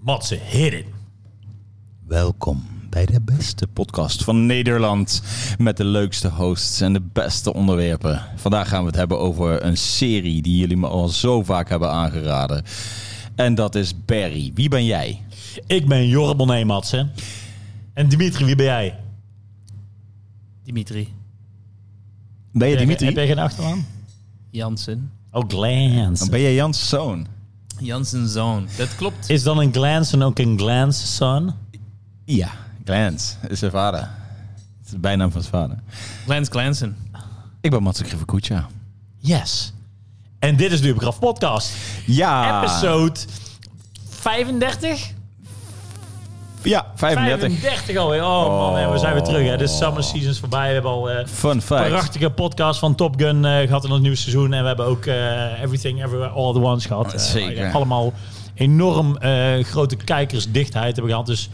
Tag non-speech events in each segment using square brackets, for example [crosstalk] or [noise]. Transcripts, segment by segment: Matze, hit it. Welkom bij de beste podcast van Nederland. Met de leukste hosts en de beste onderwerpen. Vandaag gaan we het hebben over een serie die jullie me al zo vaak hebben aangeraden. En dat is Barry. Wie ben jij? Ik ben Jorre Bonnet, Matze. En Dimitri, wie ben jij? Dimitri Ben je Heb jij Dimitri? geen achternaam? Jansen. Oh, Glance. Ben je Jans' zoon? Jansen zoon. Dat klopt. Is dan een Glance en ook een Glance son? Ja, Glans is zijn vader. Het is de bijnaam van zijn vader. [laughs] Lance Glansen. Ik ben Matze Krivakucha. Yes. En dit is de Ubergraf Podcast. Ja. Episode 35? Ja, 35. 35 alweer. Oh, man, en we zijn weer terug. Hè. De summer season is voorbij. We hebben al eh, Fun een fact. prachtige podcast van Top Gun eh, gehad in ons nieuwe seizoen. En we hebben ook eh, Everything Everywhere All at Once gehad. Eh, Zeker. allemaal enorm eh, grote kijkersdichtheid hebben we gehad. Dus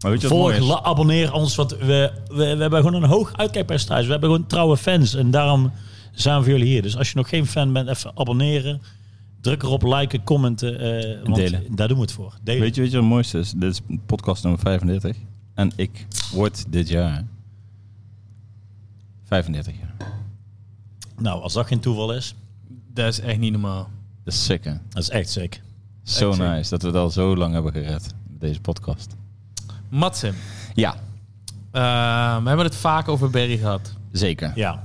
Maar weet je wat Volg, mooi is? la- abonneer ons, want we, we, we hebben gewoon een hoog uitkijkpercentage. We hebben gewoon trouwe fans en daarom zijn we voor jullie hier. Dus als je nog geen fan bent, even abonneren. Druk erop, liken, commenten. eh, want Delen. Daar doen we het voor. Delen. Weet je, weet je wat het mooiste is? Dus, Dit is podcast nummer 35. En ik word dit jaar 35 jaar. Nou, als dat geen toeval is, Dat is echt niet normaal. Dat is sick, hè? dat is echt sick. Zo Echt sick. nice dat we het al zo lang hebben gered. met Deze podcast. Matze. Ja, eh, we hebben het vaak over Barry gehad. zeker. Ja.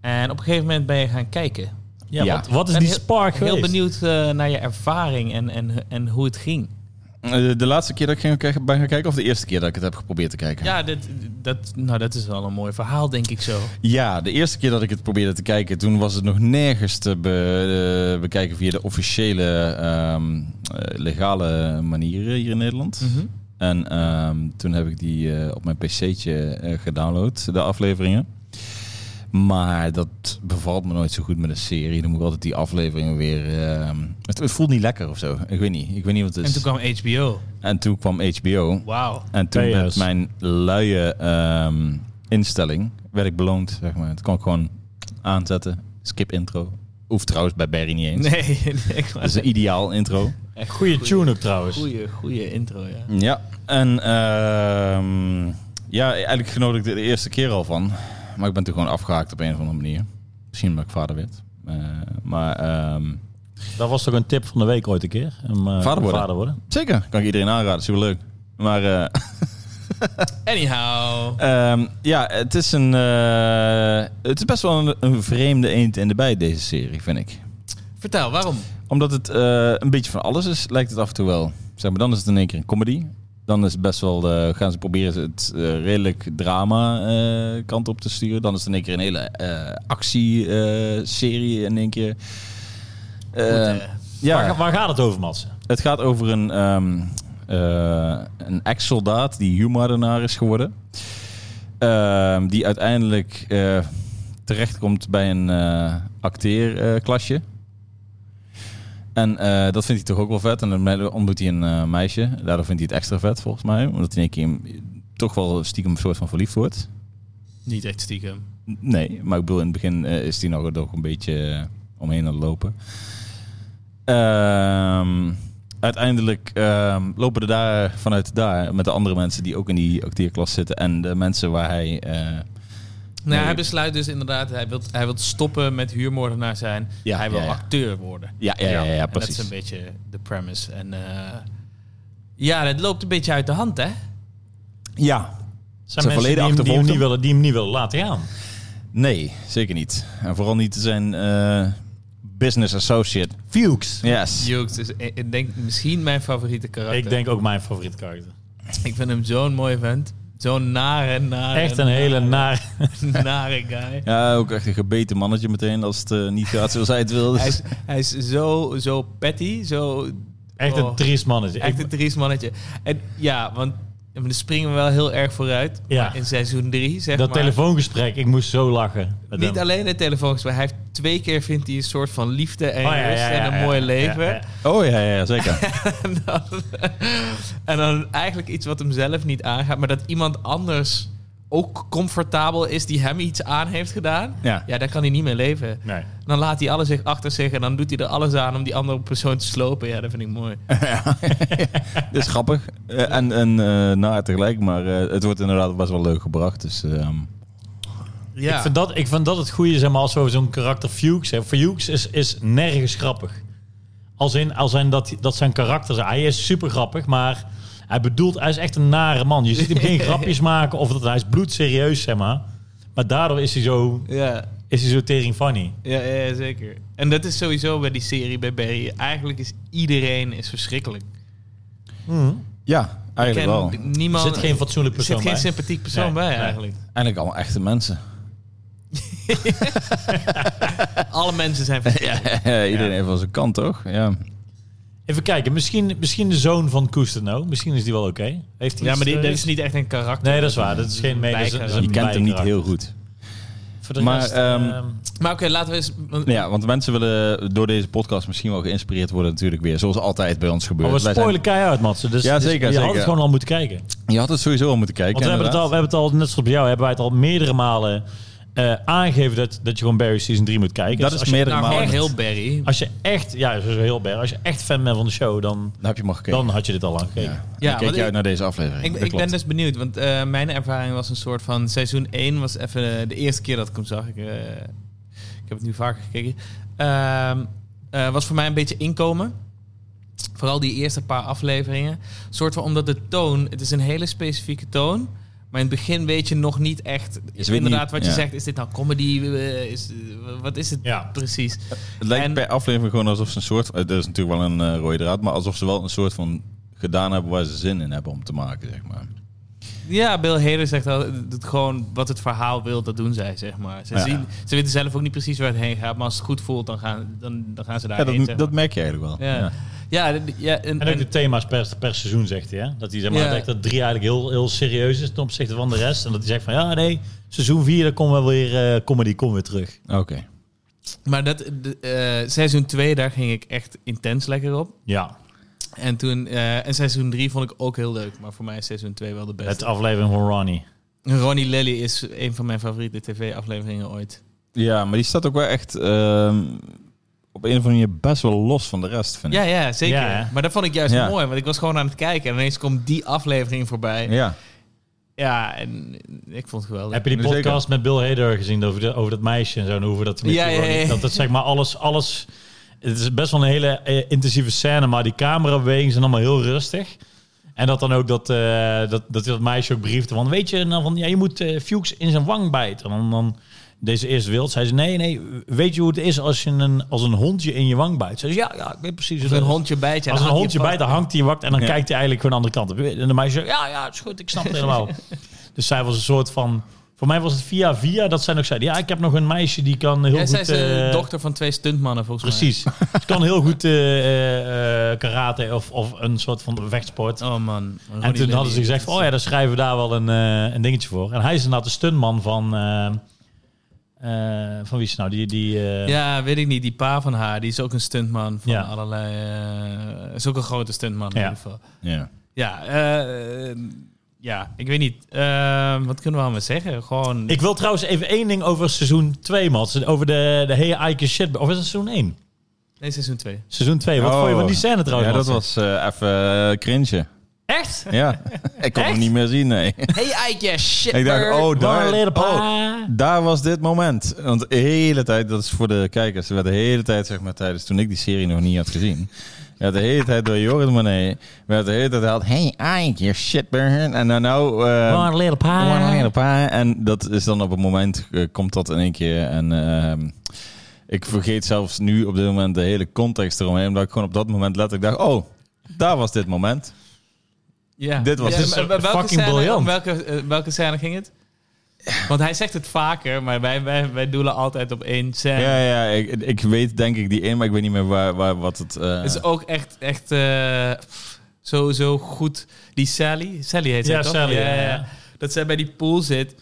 En op een gegeven moment ben je gaan kijken. Ja, Ja. Wat, wat is Ik ben die heel- spark Heel geweest? benieuwd eh, naar je ervaring en, en, en hoe het ging. Eh, De, laatste keer dat ik ging kijken- ben gaan kijken, of de eerste keer dat ik het heb geprobeerd te kijken? Ja, dit, dat, nou, dat is wel een mooi verhaal, denk ik zo. Ja, de eerste keer dat ik het probeerde te kijken, toen was het nog nergens te be- eh, bekijken via de officiële ehm, eh, legale manieren hier in Nederland. Mhm. En ehm, toen heb ik die eh, op mijn pc'tje eh, gedownload, de afleveringen. Maar dat bevalt me nooit zo goed met een serie. Dan moet ik altijd die afleveringen weer... ehm, het, het voelt niet lekker of zo. Ik weet niet. Ik weet niet wat het En is. toen kwam HBO. en toen kwam HBO. Wauw. En toen Yes. met mijn luie ehm, instelling werd ik beloond, zeg maar. Het kon ik gewoon aanzetten. Skip intro. Hoeft trouwens bij Barry niet eens. [laughs] Nee, nee, Dat is een ideaal intro. Goeie tune-up trouwens. Goeie, goeie intro, ja. Ja. En ehm, ja, eigenlijk genoot ik er de eerste keer al van. Maar ik ben toen gewoon afgehaakt op een of andere manier. Misschien omdat ik vader werd. Eh, maar ehm, Dat was toch een tip van de week ooit een keer? Om, eh, Vader worden. Vader worden. zeker, kan ik iedereen aanraden. Superleuk. Maar... eh, [laughs] Anyhow. Ehm, ja, het is een. eh, het is best wel een, een vreemde eend in de bijt, deze serie, vind ik. Vertel, waarom? Omdat het eh, een beetje van alles is, lijkt het af en toe wel. Zeg maar, dan is het in één keer een comedy. Dan is het best wel. eh, gaan ze proberen het eh, redelijk drama eh, kant op te sturen. Dan is het in één keer een hele eh, actie-serie in één keer. Eh, eh, ja. Waar, waar gaat het over, Mats? Het gaat over een, ehm, eh, een ex-soldaat die huurmoordenaar is geworden. Ehm, die uiteindelijk eh, terechtkomt bij een eh, acteerklasje. en eh, dat vindt hij toch ook wel vet. En dan ontmoet hij een eh, meisje. Daardoor vindt hij het extra vet, volgens mij. Omdat hij in één keer toch wel stiekem een soort van verliefd wordt. Niet echt stiekem. Nee, maar ik bedoel, in het begin eh, is die nog, nog een beetje eh, omheen aan het lopen. Ehm, uiteindelijk ehm, lopen er daar vanuit daar met de andere mensen die ook in die acteerklas zitten. En de mensen waar hij. eh, Nou, Nee. hij besluit dus inderdaad, hij wil hij wilt stoppen met huurmoordenaar zijn. Ja, hij wil ja, ja. acteur worden. ja, ja, ja, ja, En precies. Dat is een beetje de premise. En eh, ja, dat loopt een beetje uit de hand, hè? Ja. Zijn mensen die hem, volledig die, hem achtervolgd niet hem? willen, die hem niet willen laten gaan. Nee, zeker niet. En vooral niet zijn eh, business associate. Fuchs. Yes. Jukes is ik ik denk misschien mijn favoriete karakter. Ik denk ook mijn favoriet karakter. Ik vind hem zo'n mooi vent. Zo'n nare, nare... Echt een hele naar. nare, [laughs] nare guy. Ja, ook echt een gebeten mannetje meteen als het eh, niet gaat zoals hij het wilde. Hij is, hij is zo, zo petty, zo... Echt een Oh. triest mannetje. Echt een triest mannetje. En ja, want dan springen we wel heel erg vooruit. Ja. Maar In seizoen 3, zeg dat maar. telefoongesprek, ik moest zo lachen. met Niet hem. alleen het telefoongesprek. Hij heeft twee keer vindt hij een soort van liefde en Oh, ja, ja, rust ja, en een ja, mooi ja, leven. ja, ja. Oh ja, ja, ja, zeker. [laughs] En, dan, en dan eigenlijk iets wat hem zelf niet aangaat, maar dat iemand anders ook comfortabel is die hem iets aan heeft gedaan, Ja. ja, daar kan hij niet mee leven. Nee. Dan laat hij alles zich achter zich en dan doet hij er alles aan om die andere persoon te slopen. Ja, dat vind ik mooi. Dat is grappig. Eh, en en eh, naar tegelijk, maar eh, het wordt inderdaad best wel leuk gebracht. Dus ehm, Ja. Ik, vind dat, ik vind dat het goede, zeg maar, als we zo'n karakter Fuchs hebben. Fuchs is, is nergens grappig. Als in, als in dat, dat zijn karakters. Hij is super grappig, maar hij bedoelt, hij is echt een nare man. Je ziet hem [laughs] geen grapjes maken of dat hij is bloedserieus, zeg maar. Maar daardoor is hij zo, ja. is hij zo tering funny. Ja, ja, ja, zeker. En dat is sowieso bij die serie, bij Barry. Eigenlijk is iedereen is verschrikkelijk. ja, Ik eigenlijk wel. ken niemand, Er zit geen fatsoenlijk Mm. er zit persoon geen bij. sympathiek persoon Nee, bij nee. eigenlijk. Eigenlijk allemaal echte mensen. Alle mensen [laughs] zijn verschrikkelijk. [laughs] Iedereen heeft wel zijn kant, toch? Ja. Even kijken, misschien, misschien de zoon van Cousteau. Misschien is die wel oké. Heeft hij Ja, iets, maar die, eh, dat is niet echt een karakter. Nee, dat is waar. Dat is geen mee. Dat is, dat is een Je kent hem niet bijkarakter. heel goed. Voor de Maar, rest, ehm, ehm, Maar oké, laten we eens... want- Nou Ja, want mensen willen door deze podcast misschien wel geïnspireerd worden natuurlijk weer. Zoals altijd bij ons gebeurt. Oh, maar we Wij zijn- spoilen keihard, Matsen. Dus, Ja, dus zeker, je had het zeker. gewoon al moeten kijken. Je had het sowieso al moeten kijken. Want we hebben, het al, we inderdaad. hebben het al, net zoals bij jou, hebben wij het al meerdere malen eh, aangegeven dat, dat je gewoon Barry Season 3 moet kijken. Dat Dus is als je, meerdere nou, malen. gewoon heel Barry. Als je echt, ja, dat is heel Barry. Als je echt fan bent van de show, dan, Dan heb je hem al gekeken. dan had je dit al lang gekeken. Ja, Ja, dan keek want je ik- uit naar deze aflevering. Ik, Dat ik ben klopt. dus benieuwd, want eh, mijn ervaring was een soort van... Seizoen 1 was even eh, de eerste keer dat ik hem zag. Ik, eh, ik heb het nu vaker gekeken. Ehm, eh, was voor mij een beetje inkomen. Vooral die eerste paar afleveringen. Soort van omdat de toon... Het is een hele specifieke toon. Maar in het begin weet je nog niet echt... weet inderdaad, niet- wat je ja. zegt. Is dit nou comedy? Eh, is, eh, wat is het Ja. precies? Het lijkt en- per aflevering gewoon alsof ze een soort... eh, Dat is natuurlijk wel een eh, rode draad. Maar alsof ze wel een soort van gedaan hebben waar ze zin in hebben om te maken, zeg maar. Ja, Bill Hader zegt al, dat gewoon wat het verhaal wil, dat doen zij, zeg maar. Ze, Ja. zien, ze weten zelf ook niet precies waar het heen gaat, maar als het goed voelt, dan gaan, dan, dan gaan ze Ja, daarheen, dat, zeg dat maar. merk je eigenlijk wel. ja. Ja. dat- ja, en, En ook en- de thema's per, per seizoen zegt hij. Hè? Dat hij zeg maar, Ja. denkt dat drie eigenlijk heel, heel serieus is ten opzichte van de rest. En dat hij zegt van ja, nee, seizoen vier, dan komen we weer eh, comedy, komen we terug. Oké. maar dat, de, eh, seizoen 2, daar ging ik echt intens lekker op. Ja, En, toen, eh, en seizoen 3 vond ik ook heel leuk, maar voor mij is seizoen 2 wel de het beste. aflevering van Ronnie. Ronnie Lilly is een van mijn favoriete tv-afleveringen ooit. Ja, maar die staat ook wel echt... ehm, op een of andere manier best wel los van de rest, vind Ja, ik. ja, zeker. Ja, hè? maar dat vond ik juist Ja. mooi, want ik was gewoon aan het kijken en ineens komt die aflevering voorbij. Ja, Ja. en ik vond het geweldig. Heb je die Zeker. podcast met Bill Hader gezien over, de, over dat meisje en zo? En hoe we dat met Ja, die ja, Ronnie- ja. Dat het zeg maar alles, alles... Het is best wel een hele eh, intensieve scène, maar die camerabewegingen zijn allemaal heel rustig. En dat dan ook dat, eh, dat, dat, dat meisje ook briefte van... Weet je, nou, van, ja, je moet eh, Fuchs in zijn wang bijten. En dan, dan deze eerst wild. Zei ze, nee, nee, weet je hoe het is als je een, als een hondje in je wang bijt? Zei ze, ja, ja, ik weet precies hoe Als dat een is. hondje bijt je. Als dan een haalt hondje je bij, vast. dan hangt hij, wacht, en dan Ja. kijkt hij eigenlijk gewoon de andere kant op. En de meisje zegt, ja, ja, het is goed, ik snap [laughs] het helemaal. dus zij was een soort van... Voor mij was het via via dat zij nog zei, ja, ik heb nog een meisje die kan heel Jij goed... zei ze eh, dochter van twee stuntmannen volgens Precies. Ze kan heel goed eh, eh, karate of, of een soort van vechtsport. mij. Oh man. en toen hadden ze gezegd, van, oh ja, dan schrijven we daar wel een, eh, een dingetje voor. En hij is inderdaad de stuntman van... eh, eh, van wie is het nou? Die, die, eh, Ja, weet ik niet. Die pa van haar, die is ook een stuntman van Ja. allerlei... eh, is ook een grote stuntman in Ja. ieder geval. Ja. Ja, eh, eh, ja, ik weet niet. Eh, wat kunnen we allemaal zeggen? Gewoon... Ik wil trouwens even één ding over seizoen 2, Mats. Over de, de hele Ike shit. Of is dat seizoen 1? Nee, seizoen 2. Seizoen 2. Wat Oh. vond je van die scène trouwens? Ja, dat Matze? was eh, even eh, cringe. Echt? Ja, ik kon Echt? hem niet meer zien, nee. Hey, Eikje, shit. Ik dacht, bird. oh Waar daar, leren pa? oh, daar was dit moment. Want de hele tijd, dat is voor de kijkers, we werden de hele tijd, zeg maar, tijdens toen ik die serie nog niet had gezien. Ja, de hele tijd door Jorrit Monet. We hadden de hele tijd gehaald, hey, Ike, je shitburn. En nou, nou... eh, Waar leren pa? One Hand op haar. En dat is dan op een moment, eh, komt dat in één keer. En ehm, ik vergeet zelfs nu op dit moment de hele context eromheen. Omdat ik gewoon op dat moment letterlijk dacht, oh, daar was dit moment. Ja. Dit was Ja, dus maar- maar welke fucking scène, briljant. om Welke, eh, welke scène ging het? Want hij zegt het vaker, maar wij, wij, wij doelen altijd op één scène. Ja, ja, ik, ik weet denk ik die één, maar ik weet niet meer waar, waar wat het... eh, Het is ook echt, echt eh, pff, zo, zo goed. Die Sally, Sally heet zij Ja, toch? Sally, ja, ja. Dat zij bij die pool zit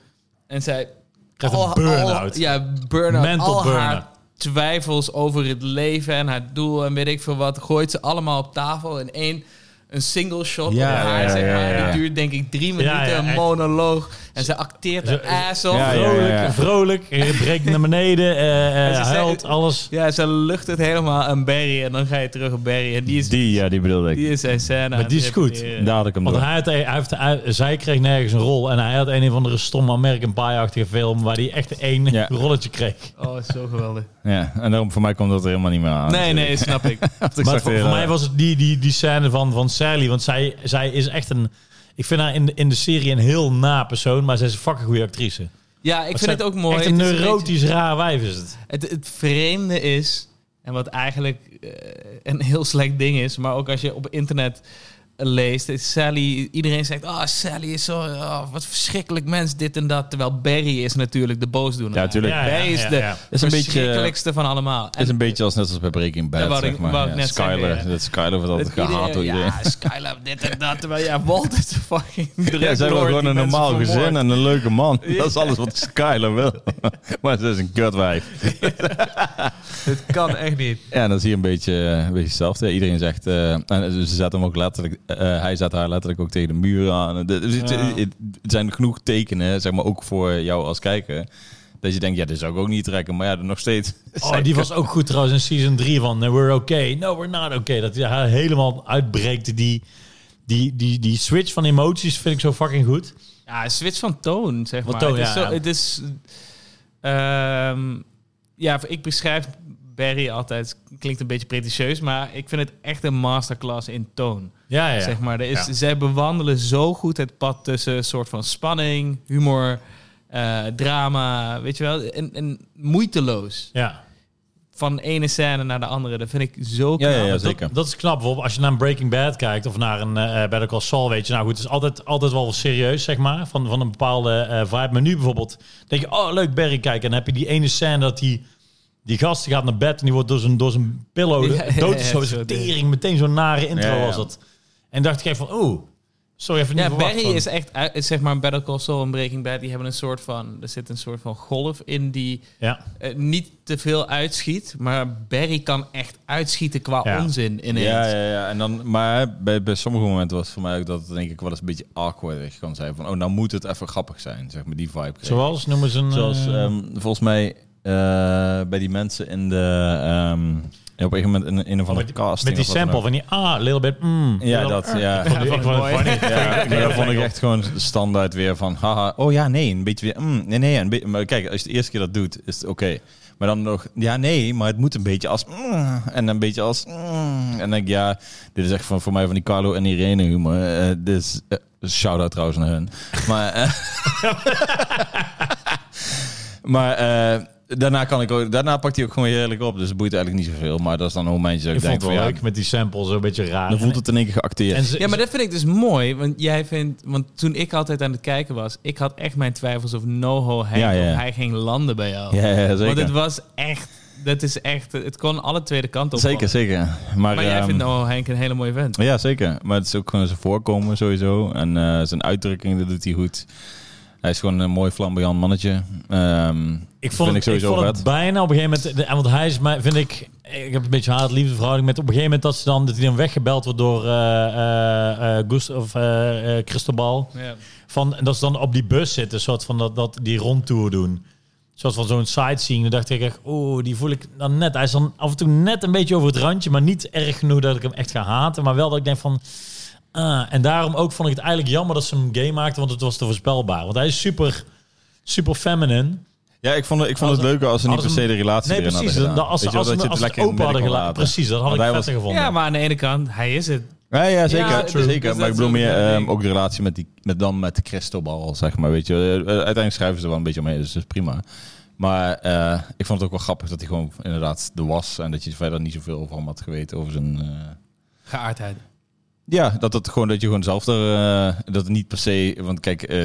en zij... Krijgt een Oh, al- al- burn-out. Ja, burn-out. Mental al burn-out. haar twijfels over het leven en haar doel en weet ik veel wat... gooit ze allemaal op tafel in één... Een single shot Ja, op haar, ja, zeg ja, maar. ja. Die duurt denk ik drie minuten, ja, een echt. monoloog. En ze acteert Ze- haar ass off. Ja, Ja, ja. Vrolijk, vrolijk. Je breekt naar beneden, eh, eh, ze huilt, zei- alles. ze lucht het helemaal aan Barry. En dan ga je terug op Barry. En die is, Die, ja, die bedoelde ik. die is zijn scène. aan het die is goed. repeteren. Daar had ik hem Want door. hij had, hij heeft, hij- zij kreeg nergens een rol. En hij had een of andere stomme American Pie-achtige film... waar hij echt één Ja. rolletje kreeg. Oh, zo geweldig. Ja, en daarom voor mij kwam dat er helemaal niet meer aan. [laughs] Nee, nee, snap ik. Want ik maar zag voor, weer, voor mij eh, was het die, die, die scène van, van Sally. Want zij, zij is echt een... Ik vind haar in, de- in de serie een heel na persoon... maar zij is een fucking goede actrice. Ja, ik Want vind zij- het ook mooi. Echt een Het is beetje- neurotisch raar wijf is het. Het, het vreemde is, en wat eigenlijk eh, een heel slecht ding is, maar ook als je op internet leest, is Sally, iedereen zegt, ah, Sally is zo, oh, wat verschrikkelijk mens, dit en dat. Terwijl Barry is natuurlijk de boosdoener. Ja, tuurlijk. Ja, Barry is ja, de ja. Is een beetje- verschrikkelijkste van allemaal. is een beetje als net als bij Breaking Bad, Ja, wou ik- zeg maar. wou ik Ja, net Skyler, zeggen, ja. dat Skyler wordt altijd dat gehaat door iedereen. [laughs] Ja, Skylar, dit en dat. Terwijl ja, Walt is de fucking Ja, zij wil gewoon een normaal gezin en een leuke man. Dat is alles wat Skyler wil. [laughs] maar ze is een kutwijf. Het kan echt niet. Ja, en dan zie je een beetje, eh, een beetje hetzelfde. Iedereen zegt... eh, en ze zetten hem ook letterlijk... eh, hij zet haar letterlijk ook tegen de muur aan. De- dus het, Ja. het zijn genoeg tekenen, zeg maar, ook voor jou als kijker... Dat je denkt, ja, dit zou ik ook niet trekken. Maar ja, nog steeds... Oh, die was ook goed trouwens in season 3 van eh, We're Okay. No, we're not okay. Dat hij haar helemaal uitbreekt. Die, die, die, die switch van emoties vind ik zo fucking goed. Ja, een switch van toon, zeg Van maar. toon, het ja, is zo, ja. Het is, ehm, ja, ik beschrijf Barry altijd, klinkt een beetje pretentieus, maar ik vind het echt een masterclass in toon. Ja, ja. Zeg maar, er is, Ja. zij bewandelen zo goed het pad tussen een soort van spanning, humor, eh, drama, weet je wel, en, en moeiteloos. ja. Van de ene scène naar de andere, dat vind ik zo Ja, knap. ja, ja, Dat- zeker. Dat, is knap. Bijvoorbeeld als je naar een Breaking Bad kijkt of naar een eh Better Call Saul, weet je. Nou goed, het is altijd, altijd wel serieus, zeg maar, van, van een bepaalde eh vibe. Maar nu bijvoorbeeld denk je, oh leuk, Barry kijken. En dan heb je die ene scène dat die, die gast die gaat naar bed en die wordt door zijn, door zijn pillow Ja, ja, ja, doodgeschoten. zo Zo'n ding. Tering, meteen zo'n nare intro Ja, ja. was dat. En dacht ik even van, oh, sorry, even niet Ja, verwacht Barry van- is echt, uit- is zeg maar, Better Call Saul en Breaking Bad, die hebben een soort van, er zit een soort van golf in die Ja, eh, niet te veel uitschiet. Maar Barry kan echt uitschieten qua Ja. onzin ineens. Ja, ja, ja. En dan, maar bij, bij sommige momenten was het voor mij ook dat het denk ik wel eens een beetje awkward kan zijn. Van, oh, nou moet het even grappig zijn, zeg maar, die vibe kreeg. zoals noemen ze een... Zoals eh, ehm, volgens mij eh, bij die mensen in de... ehm, op een gegeven moment in, in een van de met, casting. met die of wat dan sample ook. van die, ah, little bit, mm. Ja, little- dat, ja. Ik vond die- ik vond het Mooi. funny. Ja, maar dat vond ik Ja. echt gewoon standaard weer van, haha, oh ja, nee, een beetje weer, mm, nee, nee. Een beetje, maar kijk, als je de eerste keer dat doet, is het oké. Maar dan nog, ja, nee, maar het moet een beetje als, mm, en een beetje als, mm. en dan denk ik, ja, dit is echt van, voor mij van die Carlo en Irene humor. Eh, dit is, eh, shout-out trouwens naar hun. Maar, eh, [laughs] maar eh, daarna kan ik ook, daarna pakt hij ook gewoon weer heerlijk op. Dus het boeit eigenlijk niet zoveel, maar dat is dan een momentje dat Ik ik, vond denk het van, wel ja, leuk met die sample, zo een beetje raar. dan voelt het in één keer geacteerd. En ze- Ja, maar dat vind ik dus mooi. Want jij vindt, want toen ik altijd aan het kijken was, ik had echt mijn twijfels of NoHo hij, Ja, ja. of hij ging landen bij jou. ja, ja, zeker. Want het was echt, dat is echt, het kon alle tweede kanten op. Zeker, zeker. Maar, Maar jij ehm, vindt NoHo Henk een hele mooie vent. nou- Ja, zeker. Maar het is ook gewoon zijn voorkomen sowieso. En eh, zijn uitdrukking, dat doet hij goed. Hij is gewoon een mooi flamboyant mannetje. Ehm, Ik vond, vind het, ik ik sowieso vond het vet. bijna op een gegeven moment. de- Want hij is mij, vind ik. Ik heb een beetje haat liefde verhouding met op een gegeven moment dat ze dan dat hij dan weggebeld wordt door eh eh, eh, Gust- of eh, eh, Cristobal. Ja. Van en dat ze dan op die bus zitten, een soort van dat, dat die rondtour doen. Zoals van zo'n sightseeing. Dan dacht ik echt, oeh, die voel ik dan net. Hij is dan af en toe net een beetje over het randje, maar niet erg genoeg dat ik hem echt ga haten. Maar wel dat ik denk van. Ah, en daarom ook vond ik het eigenlijk jammer dat ze hem gay maakten, want het was te voorspelbaar. Want hij is super, super feminine. ja, ik vond, het- ik vond het Als- leuker als ze niet als per se een- de relatie Nee, erin precies. hadden Dan, gedaan. als ze Weet je wel, als, dat als, je het lekker in open het hadden midden kon gelaten. laten. Precies, dat had Want ik hij vetter gevonden. ja, maar aan de ene kant, hij is het. Ja, ja, zeker. Ja, true. zeker. Dus maar ik bedoel dat is ook meer een ehm, ding. ook de relatie met, die, met dan met Cristobal, zeg maar. Weet je. Eh, eh, Uiteindelijk schrijven ze er wel een beetje mee, dus dat is prima. Maar eh, ik vond het ook wel grappig dat hij gewoon inderdaad er was. En dat je verder niet zoveel over hem had geweten. Over zijn... eh, Geaardheid. Ja, dat het gewoon dat je gewoon zelf er eh, dat het niet per se. Want kijk, eh,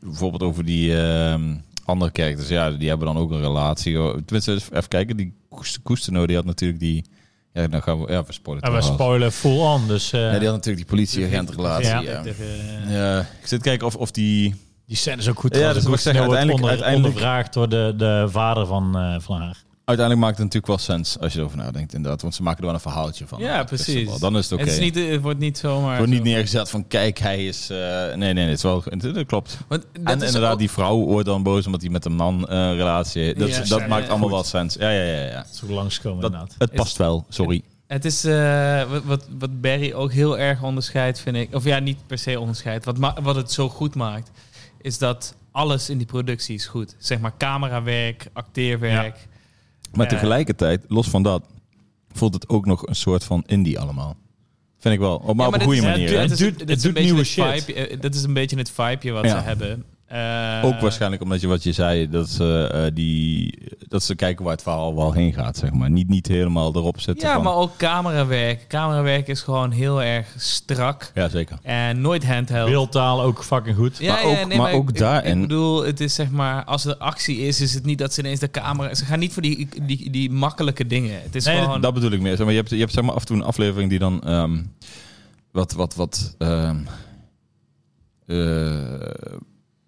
bijvoorbeeld over die ehm, andere characters, ja, die hebben dan ook een relatie. hoor. Tenminste, even kijken, die Koest- Koesteno, die had natuurlijk die. Ja, nou gaan we ja, we spoilen. En we het wel. spoilen full on, dus eh, Ja, die had natuurlijk die politieagentrelatie. Ja. Ja. Ja. Eh, ik zit kijken of, of die. die scène is ook goed. Ja, trouwens. dat wil ik zeggen, Koestino wordt uiteindelijk- onder, uiteindelijk- ondervraagd door de, de vader van, eh, van haar. uiteindelijk maakt het natuurlijk wel sens als je erover nadenkt, inderdaad. Want ze maken er wel een verhaaltje van. Ja, Het is precies. wel- Dan is het oké. Het, is niet, het wordt niet zomaar... Het wordt niet zo- neergezet van kijk, hij is... eh, nee, nee, nee, het is wel... het- Dat klopt. Want en dat is inderdaad, ook- die vrouw wordt dan boos omdat hij met een man eh, een relatie heeft. Dat, Ja, dat ja, maakt ja. allemaal Goed. wel sens. Ja, ja, ja. ja. Dat is ook langskomen Dat, inderdaad. het past wel, sorry. Het is eh, wat, wat, wat Barry ook heel erg onderscheidt, vind ik. Of ja, niet per se onderscheidt. Wat, ma- wat het zo goed maakt, is dat alles in die productie is goed. Zeg maar camerawerk, acteerwerk. Maar Ja. tegelijkertijd, los van dat, voelt het ook nog een soort van indie allemaal. Vind ik wel. Maar op een dit goede is- manier. ja, hè? het dit is- doet- dit het is doet een beetje nieuwe het vibe- eh, dat is een beetje het vibeje wat Ja. ze hebben. Eh, Ook waarschijnlijk omdat je wat je zei, dat ze, eh, die, dat ze kijken waar het verhaal wel heen gaat, zeg maar. Niet, niet helemaal erop zetten Ja, van... maar ook camerawerk. Camerawerk is gewoon heel erg strak. Ja, zeker. En nooit handheld. Beeldtaal ook fucking goed. Ja, Maar ja, ook- maar ook ik- ik, daarin- Ik bedoel, het is zeg maar, als er actie is, is het niet dat ze ineens de camera. Ze gaan niet voor die, die, die makkelijke dingen. Het is Nee, gewoon. Dat bedoel ik meer. Zeg maar, je hebt, je hebt zeg maar, af en toe een aflevering die dan ehm, wat, wat, wat ehm, eh,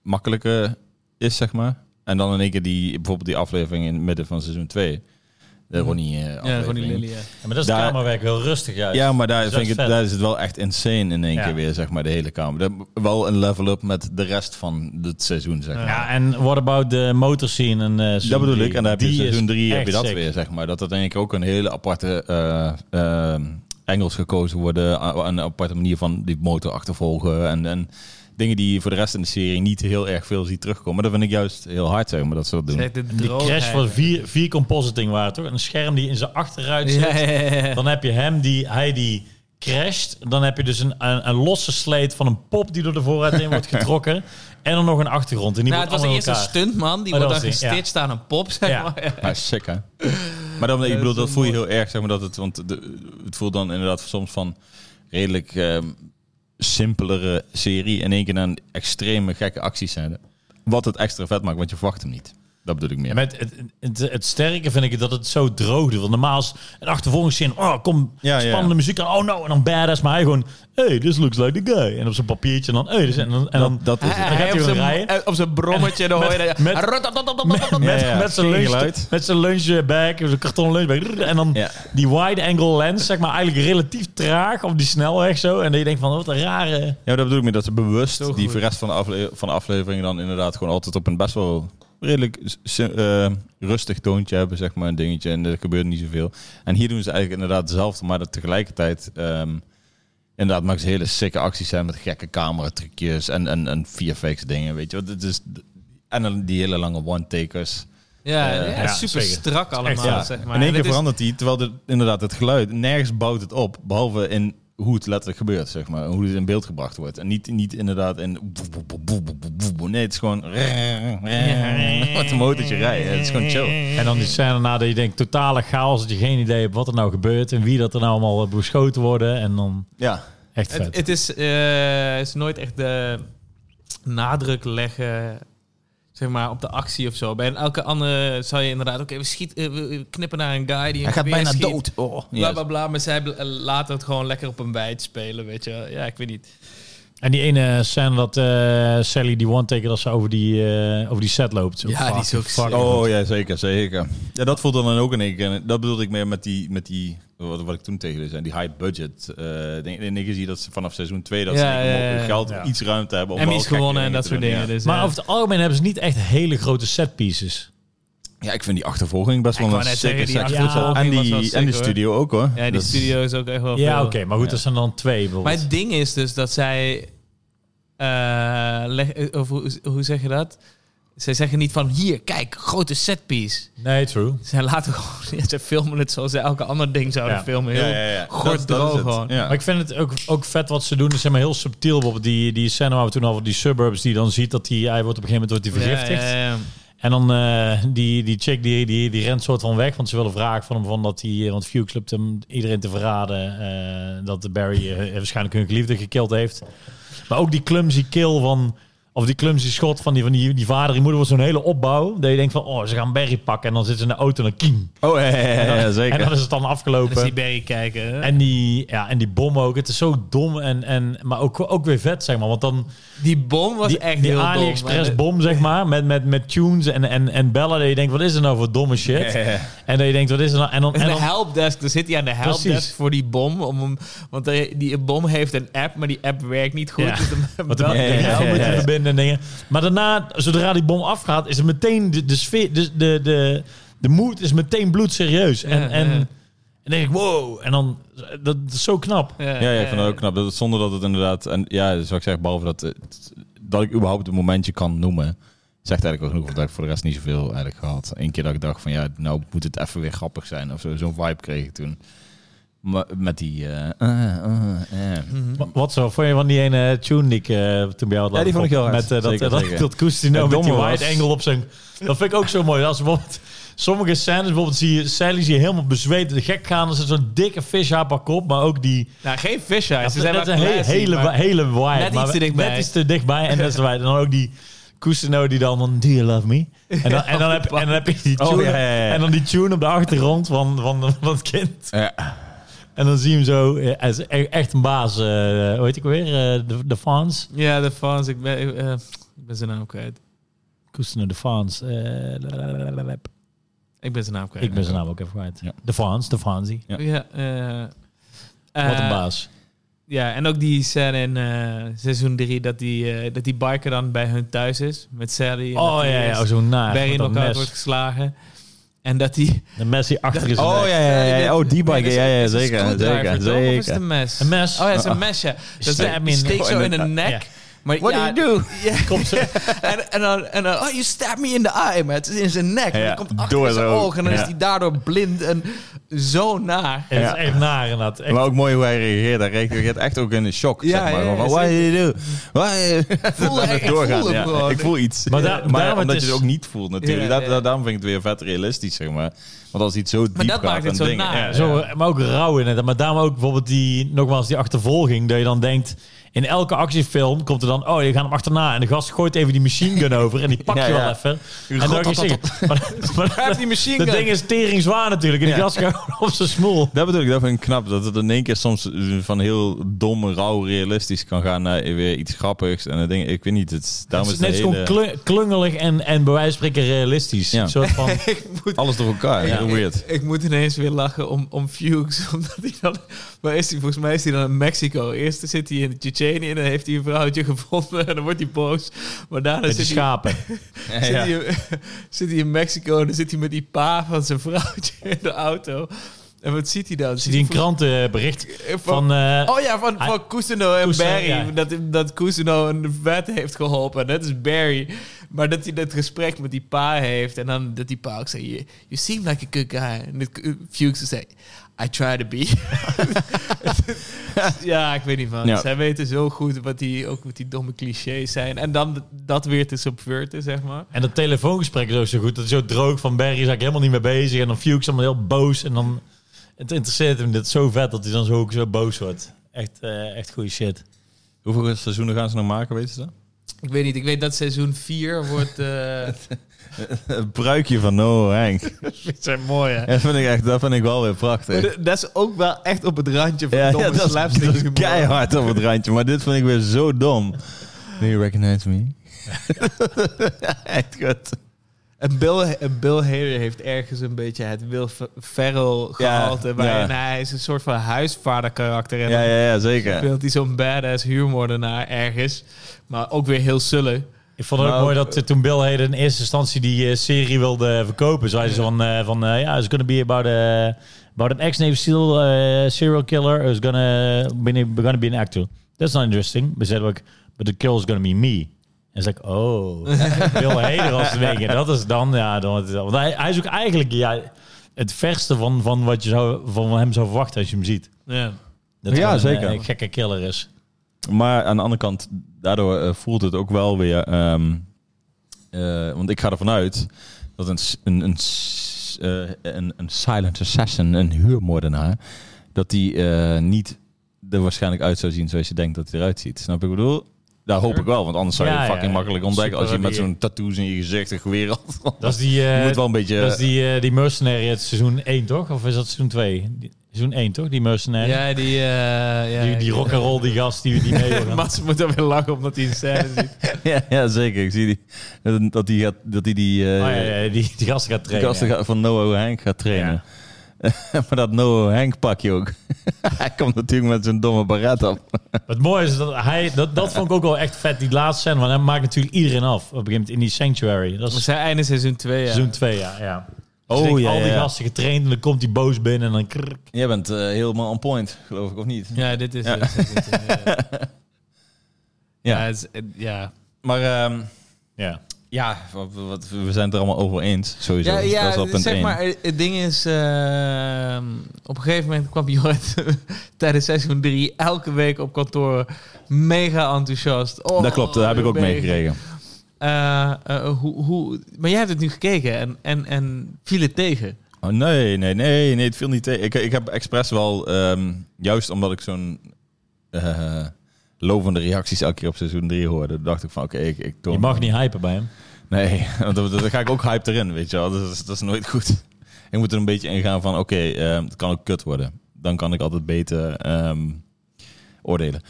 makkelijker is, zeg maar. En dan in één keer die, bijvoorbeeld die aflevering in het midden van seizoen 2. De Ronnie eh, Mhm. ja, gewoon die aflevering. Lily. ja. Ja, maar dat is Daar- kamerwerk heel rustig juist. Ja, maar daar, Dus dat vind ik is het, vet. daar is het wel echt insane in één Ja. keer weer, zeg maar, de hele kamer. Dat- Wel een level up met de rest van het seizoen, zeg maar. Ja, en what about de motor scene? En, eh, dat seizoen bedoel ik. drie? En dan heb je Die in seizoen is 3 heb echt je dat sick. weer, zeg maar. Dat er denk ik ook een hele aparte eh, eh, Engels gekozen worden. a- Een aparte manier van die motor achtervolgen. En, en dingen die je voor de rest in de serie niet heel erg veel ziet terugkomen. Maar dat vind ik juist heel hard, zeg maar, dat ze dat doen. Zeg, de En Die droogheid. crash van vier, vier compositing waren toch? Een scherm die in zijn achteruit zit. Ja, ja, ja, [laughs] ja. Dan heb je hem die, hij die crasht. Dan heb je dus een, een, een losse sleet van een pop die door de vooruit in wordt [laughs] getrokken. en dan nog een achtergrond. En die Nou, het wordt was allemaal eerst in een elkaar. stuntman, die Oh, dat wordt dan was die, ja. gestitcht aan een pop, zeg Ja. maar. Ja. Ja, sick hè. Maar dan, ik dat bedoel, dat is wel voel je heel erg, zeg maar, dat het, want de, het voelt dan inderdaad soms van redelijk ehm, simpelere serie in één keer naar een extreme gekke acties zijn. Wat het extra vet maakt, want je verwacht hem niet. Dat bedoel ik meer. Ja, maar het, het, het, het sterke vind ik dat het zo droogde. Want normaal is een achtervolgingszin. Oh, kom, Ja, ja. spannende muziek aan. Oh no, en dan badass. Maar hij gewoon, hey, this looks like the guy. En op zijn papiertje dan, hey, dit is- en dan, en dan, dat is het. dan gaat hij op gewoon zijn- rijden. eh, op zijn brommetje, dan hoor je dat. met- Rotototototototototototototototototototototototototototototototototototototototototototototototototototototototototbag. met, ja, met zijn geen lunch, geluid. met zijn lunchbag, een karton lunchbag. En dan Ja. die wide-angle lens, zeg maar, eigenlijk relatief traag op die snelweg zo. En dan je denkt van, wat een rare... Ja, maar dat bedoel ik meer. Dat ze bewust Zo die goed. rest van de, afle- van de aflevering dan inderdaad gewoon altijd op een best wel redelijk s- s- eh, rustig toontje hebben, zeg maar, een dingetje. En er gebeurt niet zoveel. En hier doen ze eigenlijk inderdaad hetzelfde, maar dat tegelijkertijd ehm, inderdaad maken ze hele sicke acties zijn met gekke cameratrucjes en, en, en VFX dingen, weet je. wat het is, en dan die hele lange one-takers. Ja, Eh, ja, ja, super zeker. strak allemaal, ja. zeg maar. in één En keer het is- verandert die, terwijl de, inderdaad het geluid, nergens bouwt het op, behalve in hoe het letterlijk gebeurt, zeg maar. Hoe het in beeld gebracht wordt. En niet, niet inderdaad in... Nee, het is gewoon... [laughs] Wat een motortje rijden. Het is gewoon chill. En dan die scène na dat je denkt, totale chaos. Dat je geen idee hebt wat er nou gebeurt. En wie dat er nou allemaal eh, beschoten worden. En dan Ja. echt vet. Het, het is, eh, is nooit echt de nadruk leggen zeg maar, op de actie of zo. Bij een elke andere zou je inderdaad... Oké, we, schiet- eh, we- we knippen naar een guy die een Hij gaat geweer bijna schiet, dood. Oh, Bla, bla, bla. Maar zij bl- eh, laten het gewoon lekker op een wijd spelen, weet je. wel. Ja, ik weet niet. En die ene scène dat eh, Sally die one-taker dat ze over die, eh, over die set loopt. Ja, die is ook sick. Oh ja, zeker, zeker. Ja, dat voelt dan ook in één keer. Dat bedoelde ik meer met die, met die wat, wat ik toen tegen jullie zei, die high budget. eh in in één keer zie je dat ze vanaf seizoen 2 dat ze in Ja, één keer ja, mogelijk ja. geld Ja. iets ruimte hebben. om wel Emmys gekke gewonnen en dat te soort doen, dingen. ja. Dus, Maar eh, over het algemeen hebben ze niet echt hele grote set pieces. Ja, ik vind die achtervolging best Ik wel wou een net zeker zeggen, die En achtervolging was wel die, sick, en die hoor. studio ook hoor. ja, die Dat- studio is ook echt wel Dus- Ja, veel. oké. maar goed, Ja. dat zijn dan twee Maar bijvoorbeeld. het ding is dus dat zij... eh, leg- eh, of hoe, hoe zeg je dat? Zij zeggen niet van, hier, kijk, grote setpiece. nee, true. Zij laten [laughs] gewoon, ja, ze filmen het zoals ze elke ander ding zouden Ja. filmen. Ja, Heel ja, ja. gort Dat- dat is droog het. gewoon. Ja. Maar ik vind het ook, ook vet wat ze doen. Dus zeg maar heel subtiel. Bijvoorbeeld die, die scène waar we toen over die suburbs. Die dan ziet dat die, hij wordt op een gegeven moment wordt hij vergiftigd. Ja, ja, ja. En dan eh, die, die chick die, die, die rent soort van weg. Want ze willen vragen van hem. Van dat hij, want Fuchs loopt hem iedereen te verraden. eh, dat Barry eh, waarschijnlijk hun geliefde gekild heeft. Maar ook die clumsy kill van... Of die clumsy schot van die, van die, die vader, die moeder was zo'n hele opbouw. Dat je denkt van, oh, ze gaan Barry pakken. En dan zitten ze in de auto en dan king. Oh, ja, ja, ja, En dan, ja, zeker. En dan is het dan afgelopen. Dus die berry kijken. En die, ja, en die bom ook. Het is zo dom, en, en, maar ook, ook weer vet, zeg maar. Want dan die bom was die, echt die heel dom, AliExpress maar- bom, zeg maar, met, met, met tunes en, en, en bellen. Dat je denkt, wat is er nou voor domme shit? Ja, ja. En dat je denkt, wat is er nou... En dan, en En de dan, helpdesk, dan zit hij aan de helpdesk Precies. voor die bom. Om hem, want die, die bom heeft een app, maar die app werkt niet goed. Ja. Dus [laughs] dan wat de, belt- de Ja, ja, ja, hel moet je ja, ja. verbinden en dingen. Maar daarna, zodra die bom afgaat, is het meteen de, de sfeer... De, de, de, de mood is meteen bloedserieus. En, Ja, en, ja. en dan denk ik, wow. En dan, dat is zo knap. Ja, ja, ik vind dat ook knap. Dat het, zonder dat het inderdaad... En ja, dus wat ik zeg, behalve dat, het- dat ik überhaupt een momentje kan noemen... Zegt eigenlijk wel genoeg, want ik heb voor de rest niet zoveel eigenlijk gehad. Eén keer dat ik dacht van ja, nou moet het even weer grappig zijn of zo. Zo'n vibe kreeg ik toen. Maar met die... eh, eh, eh, eh. Mhm. Wa- Wat zo, vond je van die ene tune die ik eh, toen bij jou had Ja, laten die vond ik heel horen? hard. Met eh, dat, Zeker, dat, zeker. dat Coustino Het met die domme wide was. angle op zijn... Dat vind ik ook zo mooi. Als bijvoorbeeld, sommige scènes, bijvoorbeeld zie je Sally zie je helemaal bezweet, de gek gaan. Er zit zo'n dikke vis op haar kop, maar ook die... Nou, geen fisheye. Ja, ze zijn dat wel is een he- classy, hele, maar- wi- hele wide. Net maar iets te dichtbij. Net iets te dichtbij en dat is wide. En dan ook die Coustino die dan van, do you love [laughs] me? En dan, en dan, heb, en dan heb je die Oh, tune, ja, ja, ja. En dan die tune op de achtergrond van, van, van dat kind. Ja. En dan zie je hem zo, eh, hij is e- echt een baas, eh hoe heet ik weer? Eh, de, de Fans. Ja, de fans. Ik ben, eh, eh, ik ben zijn naam kwijt. Koesteren de Fans. Eh, Ik ben zijn naam kwijt. ik ben zijn naam ook even kwijt. Ja. De Fans, de Fansie. Ja. Ja, eh, eh, Wat een baas. Ja, en ook die scène in eh, seizoen 3 dat, die, eh, dat die biker dan bij hun thuis is. Met Sally. en Oh dat ja, die ja, eerst oh, zo naar. Barry met in dat elkaar mes. wordt geslagen. En dat die... De mes die achter is. Oh ja, ja, ja, ja. Oh, die bike. Nee, dat is Ja, een- ja, dat is een zeker. screwdriver, Zeker, toch? Of is het zeker. Ah. een mes? Een mes. Oh ja, het is een mes, ja. Dat Stab me is, in- je steekt zo in de nek. Ja. Maar What ja, do you do? Ja. Komt zo. En, en dan, en dan, oh, you stabbed me in the eye, maar het is in zijn nek. en Ja, dan komt achter door in zijn zo. ogen en dan Ja. is hij daardoor blind en zo naar. Het Ja. is echt naar inderdaad. Echt. Maar ook mooi hoe hij reageert. Hij reageert echt ook in de shock. Ja, zeg maar. ja, Gewoon van, ja, What do you do? Why? [laughs] voel- Dat ik- het ik voel hem gewoon. Ik voel iets. Maar Maar, daar- daarom omdat het je is- het ook niet voelt natuurlijk. Ja, Daar- ja. daar- daarom vind ik het weer vet realistisch, zeg maar. Want als iets zo diep dat gaat... maakt het en zo dingen- naar. ja, Zo, ja. maar ook rauw in het. Maar daarom ook bijvoorbeeld die, nogmaals, die achtervolging. Dat je dan denkt, in elke actiefilm komt er dan, oh, je gaat hem achterna. En de gast gooit even die machine [laughs] gun over. En die pak je Ja, ja. wel even. En dan God, ook je dat- zeggen. Maar, [laughs] Hij maar, heeft die machine dat gun. [laughs] ding is tering zwaar natuurlijk. En die Ja. gast gaat gewoon op zijn smoel. Dat bedoel ik, dat vind ik knap. Dat het in één keer soms van heel dom, rauw, realistisch kan gaan naar weer iets grappigs. En dan denk ik, ik weet niet, het, daarom Het is is de net gewoon hele- kle- klungelig en, en bij wijze van spreken realistisch. Ja. Een soort [laughs] van, alles door elkaar. Ja. Heel weird. Ik, ik moet ineens weer lachen om, om Fuchs. [laughs] Omdat hij dan. Waar is hij? Volgens mij is hij dan in Mexico. Eerst zit hij in Tsjetsjenië en dan heeft hij een vrouwtje gevonden. En dan wordt hij boos. Maar daarna met die zit hij, schapen. zit, Ja. hij, in- [laughs] zit hij in Mexico. En dan zit hij met die pa van zijn vrouwtje in de auto. En wat ziet hij dan? Die een krantenbericht van... eh, Oh ja, van, Hij- van Cousineau en Cousineau, Barry. ja. Dat, dat Cousineau een vet heeft geholpen. Dat is Barry. Maar dat hij dat gesprek met die pa heeft. En dan dat die pa ook zegt... You, you seem like a good guy. En dat Fuchs zegt... I try to be. [laughs] ja, ik weet niet van. Ja. Zij weten zo goed wat die, ook wat die domme clichés zijn. En dan dat weer te subverten, zeg maar. En dat telefoongesprek is ook zo goed. Dat is zo droog van Barry is eigenlijk helemaal niet mee bezig. En dan Fuchs allemaal heel boos. En dan het interesseert hem dit zo vet dat hij dan zo ook zo boos wordt. Echt, eh, echt goede shit. Hoeveel seizoenen gaan ze nog maken, weet je dat? [laughs] Ik weet niet. Ik weet dat seizoen 4 wordt... eh, Het bruikje van Noah Henk. Het zijn mooie. [laughs] Dat vind ik echt, dat vind ik wel weer prachtig. Maar Dat is ook wel echt op het randje van Ja, domme ja, dat, is, slapstick dat is humor. keihard op het randje. Maar dit vind ik weer zo dom. Do you recognize me? [laughs] Echt goed. En Bill, en Bill Hader heeft ergens een beetje het Will F- Ferrell gehalte. ja. waarin hij is een soort van huisvader karakter. En Ja, dan ja, ja, zeker. speelt hij zo'n badass huurmoordenaar ergens. Maar ook weer heel zullen. Ik vond het Maar ook mooi ook- dat eh, toen Bill Hader in eerste instantie die eh, serie wilde verkopen, zei ze van, eh, van eh, ja, it's gonna be about, a, about an ex-name serial, eh, serial killer who's gonna be, we're gonna be an actor. That's not interesting. We zeiden ook, but the kill is gonna be me. En zei ik, [laughs] oh, Bill Hader als de wegen. Dat is dan, ja, dan, want hij, hij is ook eigenlijk ja, het verste van, van wat je zou, van hem zou verwachten als je hem ziet. Ja. Dat Ja, hij een, zeker. eh, gekke killer [laughs] is. Maar aan de andere kant, daardoor eh, voelt het ook wel weer... ehm, eh, want ik ga ervan uit dat een, s- een, een, s- eh, een, een silent assassin, een huurmoordenaar... dat die eh, niet er waarschijnlijk uit zou zien zoals je denkt dat hij eruit ziet. Snap je wat ik bedoel? Daar hoop ik wel, want anders zou je Ja, ja, fucking ja. makkelijk ontdekken als je Super met die- zo'n tattoos in je gezicht en geweer had. Dat is die, eh, je moet wel een beetje... dat is die, eh, die Mercenary uit seizoen 1, toch? Of is dat seizoen 2? Die- Seizoen 1, toch? Die Mercenary. Ja, die... eh ja, die die [laughs] rock'n'roll, die gast die, [laughs] die mee hoort. Mats moet er weer lachen omdat hij een scène ziet. [laughs] ja, ja, zeker. Ik zie die, dat hij gaat, dat die, die, eh, Oh, ja, ja, die, die gast gaat die trainen. gasten gaat- van Noah Henk gaat trainen. [laughs] maar dat Noah Henk pakje ook. [laughs] hij komt natuurlijk met zijn domme baret op. Het mooie is dat hij... Dat, dat vond ik ook wel echt vet, die laatste scène. Want hij maakt natuurlijk iedereen af. Op een gegeven moment in die Sanctuary. Dat We is zijn einde seizoen 2, ja. seizoen 2, ja. ja. Dus Oh, ik denk, ja, al die ja. gasten getraind en dan komt die boos binnen en dan... krrr. Jij bent eh, helemaal on point, geloof ik, of niet? Ja, dit is... Ja. dit is het, eh, ja. Ja. Ja, het is- eh, ja. Maar ehm, Ja. ja, wat, wat- we zijn het er allemaal over eens, sowieso. Dus Ja, dat is wel punt zeg één. maar, eh, het ding is, eh, op een gegeven moment kwam Jorrit [laughs] tijdens seizoen 3 elke week op kantoor mega enthousiast. Oh, dat klopt, dat heb ik ook mega. meegekregen. Eh, eh, hoe, hoe, maar jij hebt het nu gekeken en, en, en viel het tegen. Oh, nee, nee, nee, nee, het viel niet tegen. Ik, ik heb expres wel, ehm, juist omdat ik zo'n eh, lovende reacties elke keer op seizoen 3 hoorde, dacht ik van oké, ik, ik toon- Je mag niet hypen bij hem. Nee, [laughs] want dan, dan ga ik ook hype erin, weet je wel. Dat is, dat is nooit goed. Ik moet er een beetje in gaan van oké, ehm, het kan ook kut worden. Dan kan ik altijd beter ehm, oordelen.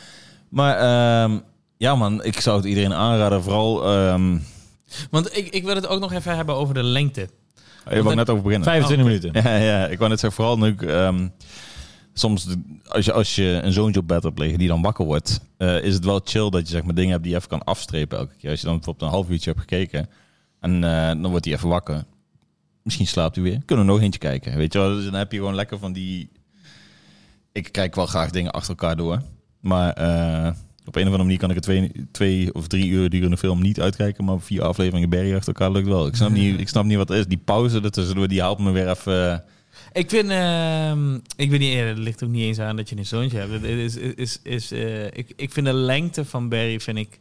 Maar ehm, ja man, ik zou het iedereen aanraden, vooral... ehm Want ik, ik wil het ook nog even hebben over de lengte. ik wou net over beginnen. 25 minuten. Oh. Ja, [laughs] ja, ik wou net zeggen, vooral nu ik, ehm, soms de- als je, als je een zoontje op bed hebt liggen die dan wakker wordt, eh, is het wel chill dat je zeg maar dingen hebt die je even kan afstrepen elke keer. Als je dan bijvoorbeeld een half uurtje hebt gekeken en eh, dan wordt hij even wakker. Misschien slaapt hij weer. Kunnen we nog eentje kijken, weet je wel. Dus dan heb je gewoon lekker van die... Ik kijk wel graag dingen achter elkaar door, maar... eh, op een of andere manier kan ik er twee, twee of drie uur durende film niet uitkijken, maar vier afleveringen berry achter elkaar lukt wel. Ik snap niet, ik snap niet wat het is. Die pauze ertussendoor, die haalt me weer even... eh, Ik vind, ehm, ik weet niet, eh, het ligt ook niet eens aan dat je een zoontje hebt. Het is, is, is, is, eh, ik, ik vind de lengte van Barry, vind ik,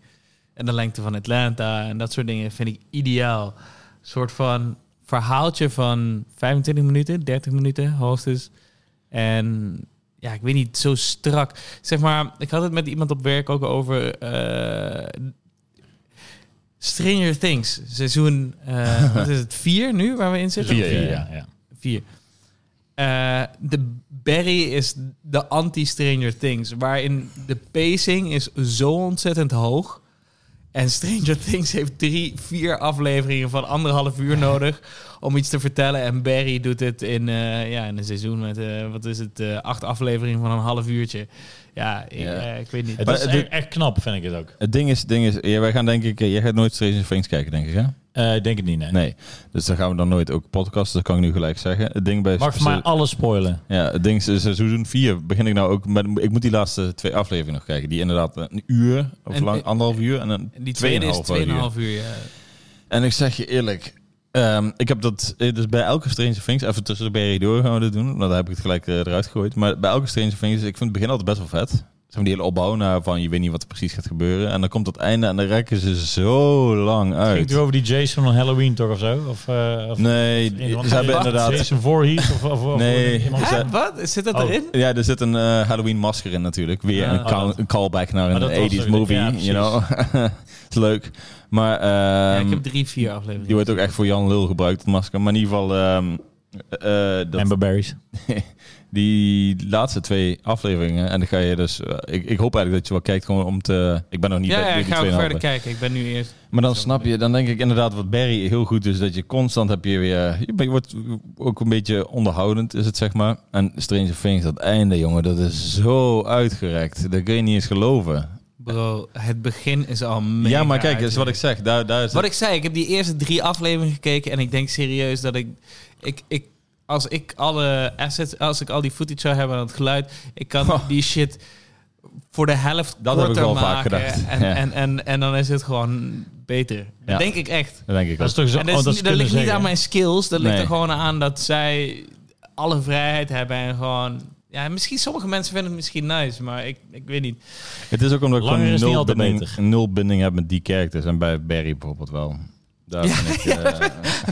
en de lengte van Atlanta en dat soort dingen, vind ik ideaal. Een soort van verhaaltje van 25 minuten, 30 minuten hoogstens. En ja, ik weet niet, zo strak. Zeg maar, ik had het met iemand op werk ook over eh, Stranger Things, [laughs] seizoen, eh, wat is het, vier nu waar we in zitten? Vier, ja, ja. Vier. Eh, de Barry is de anti-Stranger Things. Waarin de pacing is zo ontzettend hoog. En Stranger [laughs] Things heeft drie, vier afleveringen van anderhalf uur nodig om iets te vertellen. En Barry doet het in, eh, ja, in een seizoen met, eh, wat is het, eh, acht afleveringen van een half uurtje. Ja, ik, Ja. eh, ik weet niet. Het Maar is het echt, echt knap, vind ik het ook. Het ding is, het ding is ja, wij gaan denk ik, eh, jij gaat nooit Stranger Things kijken, denk ik, hè? Eh, ik denk het niet, nee. Nee. Dus dan gaan we dan nooit ook podcasten, dat kan ik nu gelijk zeggen. Het ding bij Mag voor mij alles spoilen. ja, het ding is, eh, seizoen 4 begin ik nou ook met, ik moet die laatste twee afleveringen nog kijken, die inderdaad een uur of En- eh, lang, anderhalf uur en een Die tweede is 2,5 uur. uur. ja. En ik zeg je eerlijk, ehm, ik heb dat eh, dus bij elke Stranger Things, even tussen de berry door gaan we dit doen, want daar heb ik het gelijk eh, eruit gegooid. Maar bij elke Stranger Things, ik vind het begin altijd best wel vet. Zeg maar die hele opbouw naar van je weet niet wat er precies gaat gebeuren. En dan komt dat einde en dan rekken ze zo lang Ging het uit. weer over die Jason van Halloween toch of zo? Of, eh, of Nee, een of andere- ze hebben Wat? inderdaad... Jason Voorhees of, of, of Nee. of iemand- Hè? Hè, wat? Zit dat Oh. erin? Ja, er zit een eh, Halloween masker in natuurlijk. Weer Ja. een, call- Oh, dat- een callback naar Maar dat was een 80s natuurlijk- movie, ja, precies. you know. [laughs] is leuk. Maar Ja, ehm, ik heb drie, vier afleveringen. die wordt ook echt voor Jan Lul gebruikt, dat masker. Maar in ieder geval... ehm, eh, eh, dat, Amber Berries. die laatste twee afleveringen. En dan ga je dus. eh, ik, ik hoop eigenlijk dat je wel kijkt gewoon om te. Ik ben nog niet ja, bij ja, bij ik die ga ook tweeënhalve. verder kijken. Ik ben nu eerst Maar dan snap je, dan denk ik inderdaad wat Barry heel goed is. Dat je constant heb je weer. eh, Je, bent- je wordt ook een beetje onderhoudend, is het zeg maar. En Stranger Things, dat einde, jongen, dat is zo uitgerekt. Dat kun je niet eens geloven. Bro, het begin is al mega ja, maar kijk, dat is wat ik uitgewerkt. zeg. Daar, daar is Wat het- ik zei, ik heb die eerste drie afleveringen gekeken en ik denk serieus dat ik... ik, ik als ik alle assets, als ik al die footage zou hebben en het geluid, ik kan die shit voor de helft Oh. Dat heb ik korter wel vaak maken gedacht, En, ja. en, en, en dan is het gewoon beter. Ja. Dat denk ik echt. dat denk ik Dat ook. is toch zo... En dat, is oh, dat is niet- dat kunnen ligt niet zeggen. aan mijn skills, dat ligt Nee. er gewoon aan dat zij alle vrijheid hebben en gewoon... Ja, misschien sommige mensen vinden het misschien nice, maar ik, ik weet niet. Het is ook omdat ik Langer gewoon is niet nul altijd binding, beter. nul binding heb met die characters. En bij [laughs] Barry bijvoorbeeld wel. Daar ben ik. eh,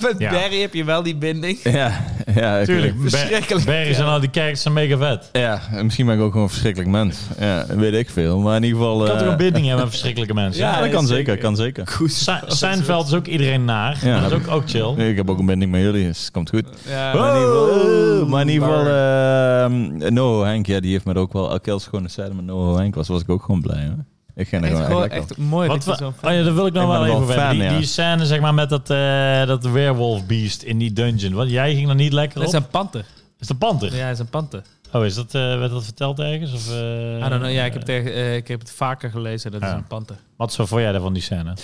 Met Ja. [laughs] Barry heb je wel die binding. [laughs] Ja, Ja, ik- Tuurlijk. Verschrikkelijk. Berries en al die kerkers zijn mega vet. Ja, en misschien ben ik ook gewoon een verschrikkelijk mens. Ja, weet ik veel. Maar in ieder geval... Ik kan eh, toch een binding hebben met verschrikkelijke mensen? Ja, dat kan zeker. kan zeker. Goed. Sa- Seinfeld is ook iedereen naar. Ja. Dat is ook, ook chill. Nee, Ik heb ook een binding met jullie, dus het komt goed. Ja, Maar in ieder geval, eh, maar in ieder geval maar- ehm, Noho Henk, ja, die heeft me er ook wel... Akels gewoon een zijde met Noho Henk was, was ik ook gewoon blij. Hoor. Ik ging er echt, gewoon gewoon echt lekker echt mooi. Wat dat we- je zo'n ah, oh ja, daar wil ik nog Ik ben wel wel even over fan, hebben. Die, ja. die scène zeg maar, met dat, eh dat werewolf beest in die dungeon. Wat, jij ging er niet lekker Dat op? is Dat een panter. is de panter. Ja, dat is een panter. Oh, is dat, eh, werd dat verteld ergens? Of, eh, I don't know. Ja, ik heb, tegen, eh, ik heb het vaker gelezen. Dat Ja. is een panter. [laughs] Wat zo vond jij daarvan, die scène? Nou,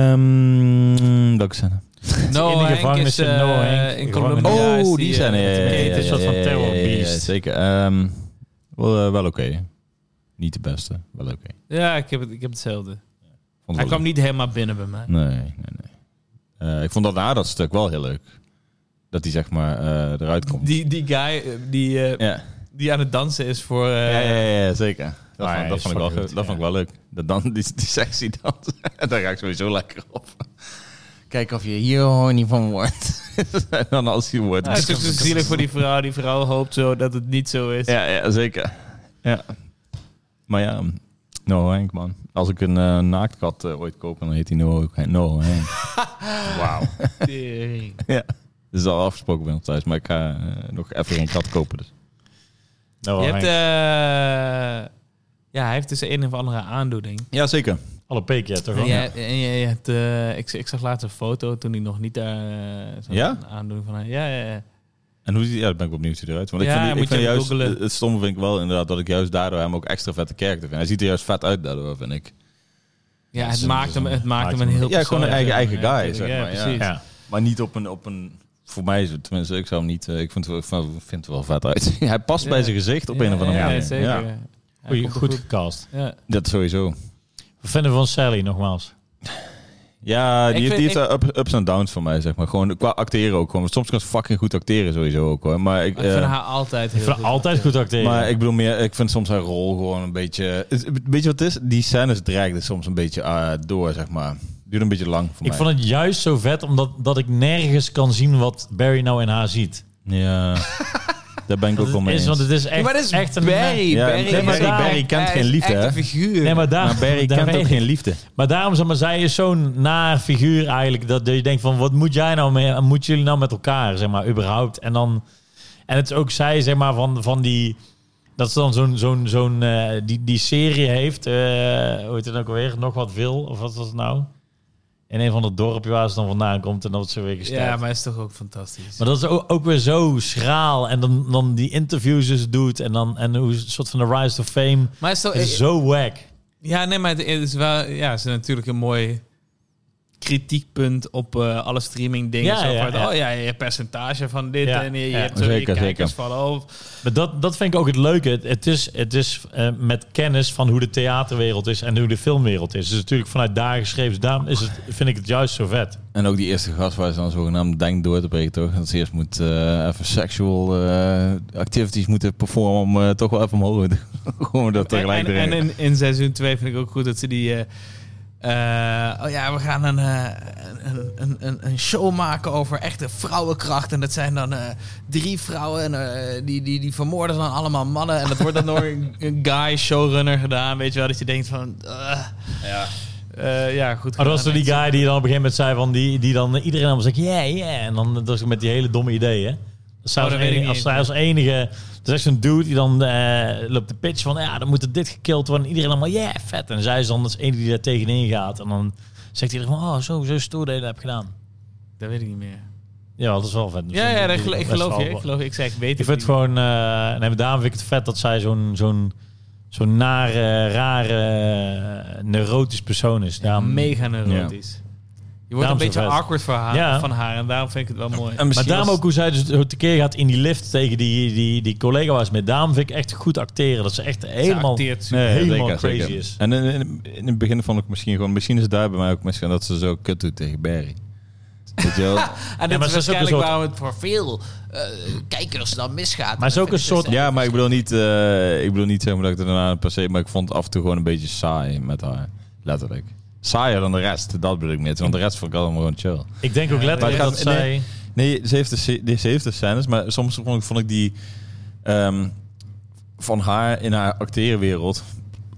Ehm, welke scène? in de gevangenis in eh, Noah Henk. in Gevangenis. Colombia. Ja, oh, is die eh, scène. Ja, met de ja, het ja, is ja, een ja, soort van ja, ja, terror ja, ja, beast. zeker. Ehm, wel eh, wel oké. Niet de beste, wel oké. Ja, ik heb, het, ik heb hetzelfde. Vond Hij het wel kwam niet helemaal binnen bij mij. Nee, nee, nee. Eh, ik vond dat na dat stuk wel heel leuk. Dat hij zeg maar eh, eruit komt. Die, die guy eh, die, eh, Ja. die aan het dansen is voor... eh, ja, ja, ja, zeker. Dat, Maar vond, hij dat is vond ik wel, fucking ge- goed, dat vond ik wel leuk. Dat dan, die, die sexy dans. [laughs] Daar raak ik sowieso lekker op. Kijk of je hier horny van wordt. [laughs] en dan als hij wordt. het is ook zo zielig voor die vrouw. Die vrouw hoopt zo dat het niet zo is. Ja, ja, zeker. Ja. Maar ja, no Henk, man. Als ik een eh, naaktkat eh, ooit koop, dan heet hij no, no [laughs] Henk. Wauw. Tering. ja. Dat is Dus al afgesproken bij ons thuis, maar ik ga eh, nog even geen kat kopen. Dus. Nou, Oh, Je Henk, hebt... eh, ja, hij heeft dus een of andere aandoening. Ja, zeker. alle peekje hebt toch En wel? jij- en jij- je hebt, eh, ik, ik zag laatst een foto toen hij nog niet daar eh, zo'n Ja? aandoening van had. Ja, ja, ja. En hoe ziet ja, daar ben ik opnieuw hoe hij eruit? Want ik Ja, vind, die- moet ik vind je juist, googlen. het- het stomme vind ik wel inderdaad dat ik juist daardoor hem ook extra vette karakter vind. Hij ziet er juist vet uit daardoor, vind ik. ja dat is het, een- maakt hem, het maakt hem een maakt heel hem- Ja, gewoon een persoon. eigen- eigen guy, tuurlijk, zeg maar, ja. precies. Ja. Maar niet op een, op een voor mij is het tenminste, ik zou hem niet, eh, ik vind, het wel- vind het wel vet uit. [laughs] hij past Ja. bij zijn gezicht op een of andere ja, manier. Ja, zeker. Ja, Hij Goeie- komt er goed gecast. Ja. dat sowieso. Wat vinden we van Sally nogmaals? Ja, die, Ik heeft, die vind- heeft daar up- ups en downs voor mij, zeg maar. Gewoon qua acteren ook. Gewoon. Want Soms kan ze fucking goed acteren sowieso ook, hoor. Maar ik, Ik vind eh, haar altijd Ik heel vind haar altijd goed acteren. Maar ik bedoel meer, ik vind soms haar rol gewoon een beetje... is- Weet je wat het is? Die scènes dreigden soms een beetje eh, door, zeg maar. Duurde een beetje lang voor ik mij. vond het juist zo vet, omdat dat ik nergens kan zien wat Barry nou in haar ziet. [laughs] Ja, daar ben ik ook Dat wel het mee is, eens. want het is echt, maar dat is echt een... Barry. Ja, Barry, nee, maar is Barry- echt- Barry kent hij geen is liefde, echt hè? een figuur. Nee, maar, daar, Maar [laughs] Barry daar kent weet ook ik. geen liefde. Maar daarom, zeg maar, zij is zo'n naar figuur eigenlijk. Dat je denkt van, wat moet jij nou mee? Moet jullie nou met elkaar, zeg maar, überhaupt? En dan... En het is ook zij, zeg maar, van, van die... Dat ze dan zo'n... zo'n zo'n eh, die, die serie heeft... eh hoe heet het ook alweer? Nog wat wil? Of wat was het nou? In een van het dorpje waar ze dan vandaan komt. En dan wordt ze weer gesteld. Ja, maar hij is toch ook fantastisch. Maar dat is ook, ook weer zo schraal. En dan, dan die interviews dus doet. En dan en hoe een soort van de rise to fame. Maar hij is toch, Het is zo wack. ja, nee, maar het is wel, ja, het is natuurlijk een mooi kritiekpunt op eh, alle streaming dingen. Ja, zo ja, van, ja. Oh ja, je percentage van dit Ja, en je, je ja. hebt zo Zeker, je kijkers zeker. van oh, Maar dat, dat vind ik ook het leuke. Het, het is, het is eh, met kennis van hoe de theaterwereld is en hoe de filmwereld is. Dus natuurlijk vanuit daar geschreven. Dus daarom is het, vind ik het juist zo vet. En ook die eerste gast waar ze dan zogenaamd denkt door te breken, toch? Dat ze eerst moet eh, even sexual eh, activities moeten performen om eh, toch wel even omhoog te [laughs] Gewoon dat tegelijk en, en erin. in, in seizoen 2 vind ik ook goed dat ze die. eh, eh, oh ja, we gaan een, eh, een, een, een, een show maken over echte vrouwenkracht. En dat zijn dan eh, drie vrouwen. En eh, die, die, die vermoorden dan allemaal mannen. En dat wordt dan door een, een guy showrunner gedaan. Weet je wel, dat je denkt van. eh, eh, ja, Maar Ah, dat goed. was gedaan, toch die mensen. guy die dan op een gegeven moment zei van die, die dan iedereen allemaal zegt, yeah, yeah. En dan dat was met die hele domme ideeën. Als zij Oh, als, dat weet ik enige, niet. als, zij als enige, dat is echt zo'n dude die dan eh, loopt de pitch van, ja, dan moet er dit gekild worden. En iedereen allemaal, yeah, vet. En zij is dan als enige die daar tegenin gaat. En dan zegt iedereen van, oh, zo, zo stoer dat je dat hebt gedaan. Dat weet ik niet meer. Ja, dat is wel vet. Dus ja, dat- ja, dat dat is gel- ik best geloof wel- je. Ik, geloof, je. ik zei, ik weet Ik het. vind het niet. gewoon, eh, nee, maar daarom vind ik het vet dat zij zo'n zo'n zo'n nare, rare, eh, neurotisch persoon is. Daarom, mega neurotisch. Je wordt ehm, Daarom een zo beetje vet. awkward voor haar, Ja. van haar. En daarom vind ik het wel mooi. En maar misschien daarom was- ook hoe zij dus hoe tekeer gaat in die lift tegen die, die, die collega was met. Daarom vind ik echt goed acteren. Dat ze echt helemaal, acteert super. nee, helemaal zeker, crazy zeker. is. En in, in, in het begin vond ik misschien gewoon, misschien is het daar bij mij ook misschien dat ze zo kut doet tegen Barry. Weet je wel? En Ja, dat maar is ze is ook een waarschijnlijk soort- waarom het voor veel eh, kijkers dan dus- misgaat. Maar ze is ook een soort- Ja, maar ik bedoel niet, eh, ik bedoel niet zeg maar dat ik er daarna per se, maar ik vond het af en toe gewoon een beetje saai met haar. Letterlijk. Saaier dan de rest, dat bedoel ik meer. Want de rest vond ik allemaal gewoon chill. Ik denk ook Ja, letterlijk maar dat het gaat- zij... Nee, Nee, ze heeft de, sce- ze heeft de scènes, maar soms vond ik, vond ik die ehm, van haar in haar acteerwereld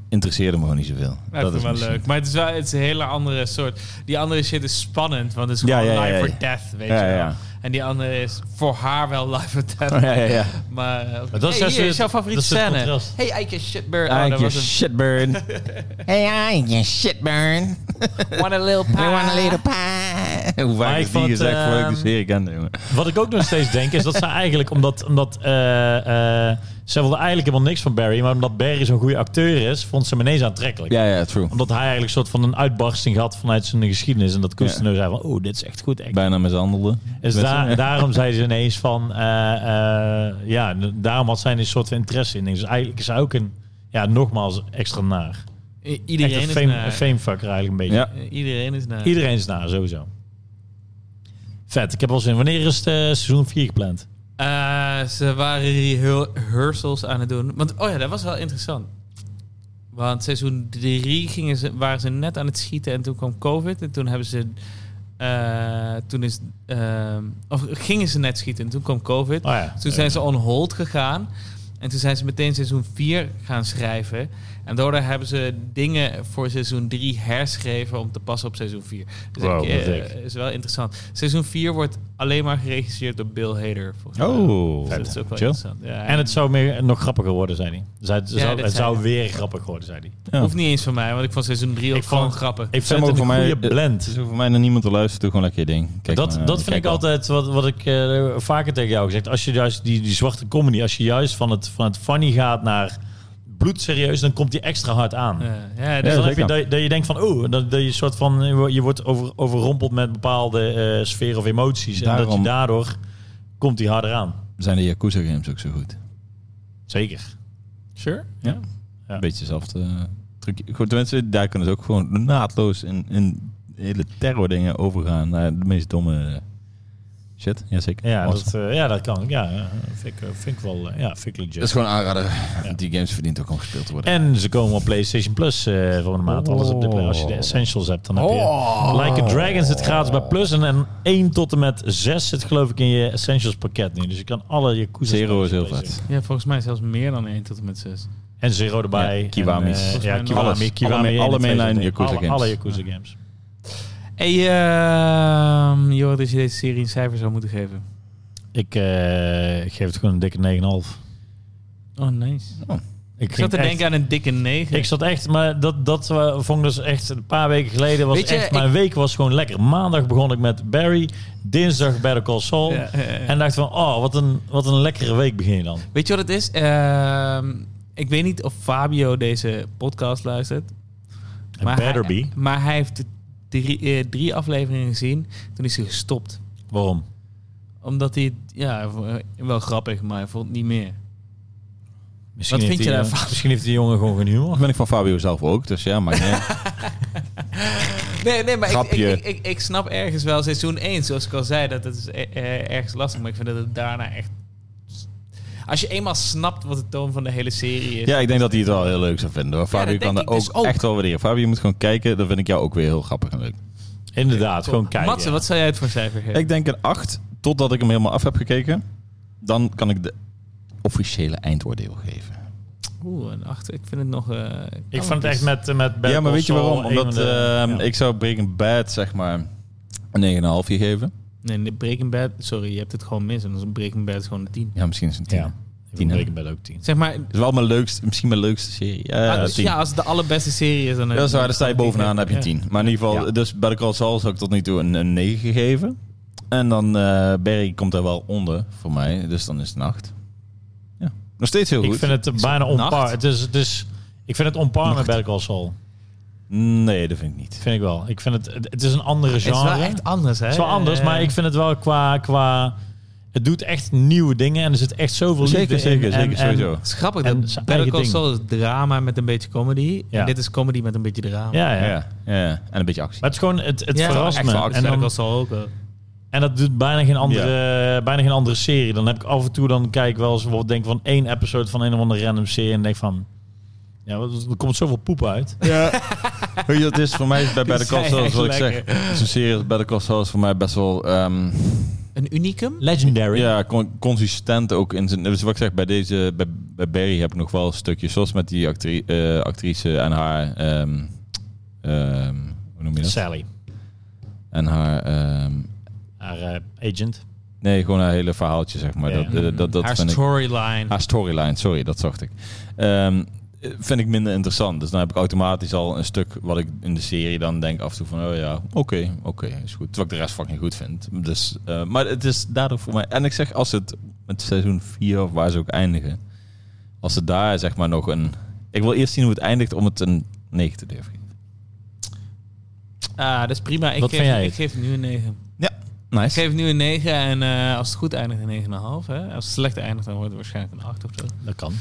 interesseerde me gewoon niet zoveel. Ja, dat is wel misschien- leuk. Maar het is wel het is een hele andere soort. Die andere shit is spannend, want het is Ja, gewoon ja, ja, life ja. or death, weet Ja, je wel. ja. En die andere is voor haar wel life or death. Ja, ja, ja. Maar eh, Maar dat is hey, juist hier het- is jouw favoriete dat is het scène. contrast. Hey, Ike Shitbird. Oh, I dat can was een Ah, [laughs] shitburn. hey, I can shitburn. one a [laughs] little pie. I want a little pie. Hoe Maar vaak ik is die vond, gezegd voordat ik ehm, de serie kende, jongen. Wat ik ook nog steeds denk is dat ze eigenlijk, omdat, omdat eh, eh, ze wilde eigenlijk helemaal niks van Barry, maar omdat Barry zo'n goede acteur is, vond ze hem ineens aantrekkelijk. Ja, ja, true. Omdat hij eigenlijk een soort van een uitbarsting had vanuit zijn geschiedenis en dat Kusten zei van, oh, dit is echt goed. Echt. Bijna mishandelde. Dus Met daar- z'n- daarom zei [laughs] ze ineens van, eh, eh, ja, n- daarom had zij een soort van interesse in. Dus eigenlijk is hij ook een, ja, nogmaals extra naar. I- Echt Iedereen een is fame, naar. een famefucker eigenlijk een beetje. Ja. Eh, Iedereen is naar. Iedereen is naar, sowieso. Vet, ik heb wel zin. Wanneer is het eh, seizoen 4 gepland? Eh, ze waren rehear- rehearsals aan het doen. Want, oh ja, dat was wel interessant. Want seizoen 3 gingen ze, waren ze net aan het schieten en toen kwam COVID. En toen hebben ze. eh, toen is. ehm, of gingen ze net schieten en toen kwam COVID. Oh ja. Toen zijn ze on hold gegaan. En toen zijn ze meteen seizoen 4 gaan schrijven. En daardoor hebben ze dingen voor seizoen 3 herschreven om te passen op seizoen 4. Dus Wow, ik, eh, wat dik. is wel interessant. Seizoen 4 wordt alleen maar geregisseerd door Bill Hader. Volgens mij. Oh, Dus dat is ook wel chill. interessant. Ja, En het zou meer, nog grappiger worden, zei hij. Zei- het Ja, zou, dit het zei zou hij. weer grappiger worden, zei hij. Ja. Hoeft niet eens van mij, want ik vond seizoen 3 ook Ik vond- gewoon grappen. Ik Zeg vind maar het een voor mij- eh, goede blend. Het is voor mij naar niemand te luisteren, doe gewoon lekker je ding. Kijk dat maar, dat vind kijk ik wel. altijd wat, wat ik eh, vaker tegen jou gezegd. Als je juist die, die zwarte comedy, als je juist van het, van het funny gaat naar bloedserieus, dan komt die extra hard aan. Ja, ja, Dus dus- dan heb je zeker. dat, je- dat je denkt van, oh, dat, dat je soort van, je wo- je wordt over, overrompeld met bepaalde eh sfeer of emoties. En dat je Daarom- daardoor komt die harder aan. Zijn de Yakuza games ook zo goed? Zeker. Sure. Ja. Ja. Een beetje hetzelfde eh, trucje. Goed, mensen, daar kunnen ze ook gewoon naadloos in, in hele terror dingen overgaan naar de meest domme shit. Jazeker. Ja, Awesome. dat, eh, ja dat kan. Ja, eh, vind ik, eh, vind ik wel eh, ja, vind ik legit. Dat is gewoon aanraden. Die games verdient ook gewoon gespeeld te worden. En ze komen op PlayStation Plus eh volgende maand. Alles op de Oh. play. Als je de Essentials hebt, dan heb je Like a Dragon zit gratis bij Plus. En, en 1 tot en met 6 zit geloof ik in je Essentials pakket nu. Dus je kan alle Yakuza Zero spelletjes is heel spelen. vet. Ja, volgens mij zelfs meer dan 1 tot en met 6. En Zero erbij. Ja, Kiwami's. En, eh, Volgens ja, mij Kiwami. alles. Alle- Kiwami alle- één en alle twee mainline zitten erin. Yakuza alle, games. Alle Yakuza games. Hey, ehm Jorrit, als je deze serie een cijfer zou moeten geven. Ik eh, geef het gewoon een dikke 9,5. Oh, nice. Ik Ik zat ging te echt- denken aan een dikke 9. Ik zat echt, maar dat, dat eh, vond ik dus echt een paar weken geleden. Was Weet je, echt, mijn week was gewoon lekker. Maandag begon ik met Barry, dinsdag Better Call Saul. Ja, ja, ja. En dacht van, oh, wat een, wat een lekkere week begin je dan. Weet je wat het is? Ehm, ik weet niet of Fabio deze podcast luistert. better hij, be. Maar hij heeft drie, eh, drie afleveringen gezien. Toen is hij gestopt. Waarom? Omdat hij, het- ja, hij vond- eh, wel grappig, maar hij vond het niet meer. Misschien Wat heeft vind je die, eh, daarvan? Misschien heeft die jongen gewoon geen humor. Dat ben ik van Fabio zelf ook, dus [laughs] ja, maar nee. Nee, nee, maar ik- Grapje. Ik, ik, ik, ik snap ergens wel seizoen 1, zoals ik al zei, dat het is eh, eh, ergens lastig. Maar ik vind dat het daarna echt... Als je eenmaal snapt wat de toon van de hele serie is... Ja, ik denk dat hij het wel heel leuk zou vinden. hoor. Fabio dat kan denk dat ik ook, dus ook. echt wel waarderen. Fabio, je moet gewoon kijken. Dan vind ik jou ook weer heel grappig en leuk. Inderdaad, gewoon kijken. Matze, wat zou jij het voor cijfer geven? Ik denk een 8, totdat ik hem helemaal af heb gekeken. Dan kan ik de officiële eindoordeel geven. Oeh, een 8. Ik vind het nog... eh, Ik kan vond het echt dus. met, eh, met Better ja, maar Call weet je Saul waarom? een Omdat van eh, de- ehm, ja. ik zou Breaking Bad zeg maar een 9,5 gegeven. Nee, de Breaking Bad... Sorry, je hebt het gewoon mis. En dan is Breaking Bad gewoon een 10. Ja, misschien is het een 10. Ja, ik Tien, hè? ben bij ook 10. Zeg maar... Het is wel mijn leukste, misschien mijn leukste serie. Ja, als, 10. Ah, dus ja, als het de allerbeste serie is... Dan dat is waar, daar sta je bovenaan, dan heb je Ja. 10. Maar in ieder geval, Ja. dus Better Call Saul zou ik tot nu toe een, een 9 gegeven. En dan eh Barry komt er wel onder voor mij, dus dan is het een 8. Ja. Nog steeds heel goed. Ik vind het eh, bijna on nacht? par. Het is, het is, ik vind het on par met Better Call Saul. Nee, dat vind ik niet. Vind ik wel. Ik vind het, het het is een andere Het genre. is wel echt anders, hè? Het is wel anders, Eh, maar ik vind het wel qua, qua... Het doet echt nieuwe dingen en er zit echt zoveel Zeker, liefde zeker, in. en, zeker, sowieso. Het is grappig. En dat zijn Better eigen Call ding. Saul is drama met een beetje comedy. Ja. En dit is comedy met een beetje drama. En, ja, ja. Ja. Ja. en een beetje actie. Maar het is gewoon, het, het Ja, verrast echt me. wel En, actie. Better dan- Call Saul ook wel. en dat doet bijna geen, andere, bijna geen andere serie. Dan heb ik af en toe, dan kijk ik wel eens, bijvoorbeeld denk van één episode van een of andere random serie en denk van... Ja, wat- er komt zoveel poep uit. Ja. Weet je, het is voor mij bij Better Call zei Saul, echt zoals ik lekker. zeg. Zo'n serie als Better Call Saul is voor mij best wel... ehm, Een unicum? Legendary. Ja, con- consistent ook in zijn. Dus wat ik zeg, bij deze, bij, bij Barry heb ik nog wel stukjes, zoals met die actri- eh, actrice en haar. ehm, ehm, hoe noem je dat? Sally, En haar. ehm, haar eh, agent. nee, gewoon haar hele verhaaltje, zeg maar. Ja, ja. Dat, dat, dat, dat Haar vind ik. storyline. Haar Ah, storyline, sorry, dat zocht ik. Ehm, eh, vind ik minder interessant. Dus dan heb ik automatisch al een stuk wat ik in de serie dan denk af en toe van, oh ja, oké, oké, is goed. Terwijl ik de rest fucking goed vind. Dus, eh, maar het is daardoor voor mij... En ik zeg, als het met seizoen 4 of waar ze ook eindigen, als ze daar zeg maar nog een... Ik wil eerst zien hoe het eindigt om het een 9 te durven geven. Ah, dat is prima. Ik, Wat geef, vind jij ik het? geef het nu een 9. Ik Nice. geef het nu een 9 en eh, als het goed eindigt een 9,5. Hè? Als het slecht eindigt, dan wordt het waarschijnlijk een 8 of zo. Dat kan.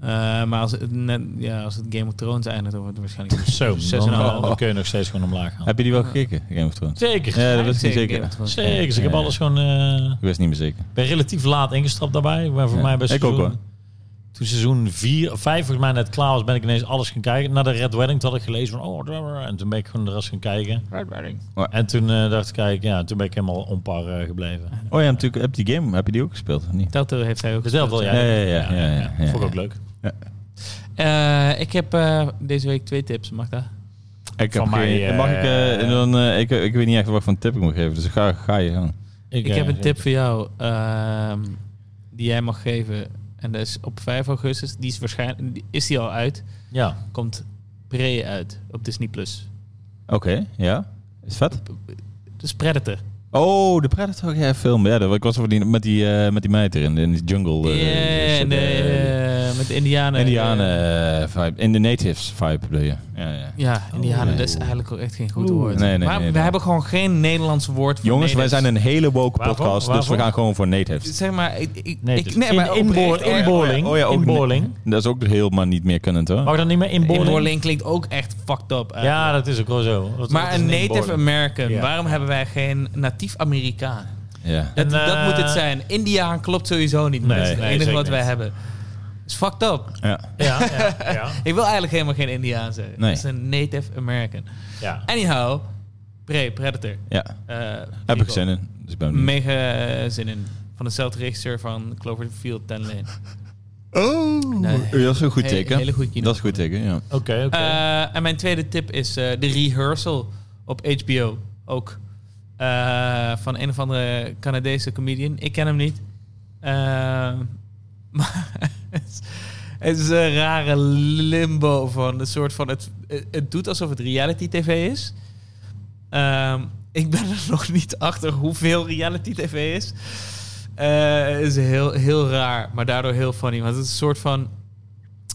Eh, maar als het, net, ja, als het Game of Thrones eindigt, dan wordt het waarschijnlijk een Zo, Zes dan, en een half. dan kun je nog steeds gewoon omlaag gaan. Heb je die wel gekeken, Game of Thrones? Zeker. [laughs] Ja, dat wist ik niet Zeker zeker. Game of Thrones. Zeker. Dus ik heb Ja. alles gewoon... eh, Ik wist niet meer zeker. ben relatief laat ingestapt daarbij. Maar voor Ja, mij bij ik ook seizoen... hoor. Toen seizoen 4 of 5 volgens mij net klaar was, ben ik ineens alles gaan kijken. Na de Red Wedding toen had ik gelezen van... Oh, blah, blah, en toen ben ik gewoon de rest gaan kijken. En toen eh, dacht ik, kijk, ja, toen ben ik helemaal onpar eh, gebleven. Oh ja, natuurlijk, heb je die game, heb je die ook gespeeld of niet? Telltale heeft hij ook Dus dat wel, ja. Ja, ja, ja, ja, ja, ja. Vond ik ook leuk. Eh, ik heb eh, deze week twee tips, mag dat? Ik Van heb mij, geen- eh, mag ik, eh, dan, eh, ik, ik weet niet echt wat voor een tip ik moet geven, dus ga, ga je gang. ik heb eh, een tip voor jou ehm, die jij mag geven. En dat is op 5 augustus. Die is waarschijnlijk die- is die al uit. Ja. Komt Prey uit op Disney Plus. Oké, ja. Is vet? Dus Predator. Oh, de Predator ja, film. Ja, dat, ik was over die, met, die, eh, met die meid erin, in die jungle. Ja, eh, shit, en de, eh, eh, met de Indianen. eh, Indianen eh, vibe. In de natives vibe bedoel je. Ja, ja. ja, Indianen, Oh. dat is eigenlijk ook echt geen goed Oeh. woord. Nee, nee, maar nee, we nee. hebben gewoon geen Nederlands woord voor Jongens, wij zijn natives. een hele woke Waarvoor? podcast, dus Waarvoor? we gaan gewoon voor natives. Zeg maar, ik, ik, Nee, ik- dus nee, in, maar inboor- oprecht, eh, inboorling. oh ja, ook inboorling. Dat is ook helemaal niet meer kunnend hoor. Mag dat niet meer inboorling? Inboorling klinkt ook echt fucked up. eigenlijk. Ja, dat is ook wel zo. Dat- dat Maar is een Native inboorling. American, Ja. waarom hebben wij geen natief Amerikaan? Ja. Dat, En, dat eh, moet het zijn. Indiaan klopt sowieso niet. Nee, dat is het nee, enige zeker wat wij niet. hebben. is fucked up. ja. Ja, ja, ja. Ik wil eigenlijk helemaal geen Indiaan zijn. Nee. Dat is een Native American. [laughs] ja. Anyhow, Prey, Predator. ja. Eh, Heb ik prequel. zin in. Dus ik ben benieuwd. Mega eh, zin in. Van dezelfde regisseur van Cloverfield 10 Lane. Oh, Nee. dat is een goed He- teken. hele goed kino. dat is een goed teken, ja. Oké, oké. Eh, en mijn tweede tip is eh de rehearsal op HBO. Ook Eh, van een of andere Canadese comedian. Ik ken hem niet. Eh, [laughs] maar het is- het is een rare limbo van een soort van het, het- het doet alsof het reality tv is. Ehm, ik ben er [laughs] nog niet achter hoeveel reality tv is. Eh, is heel, heel raar, maar daardoor heel funny. Want het is een soort van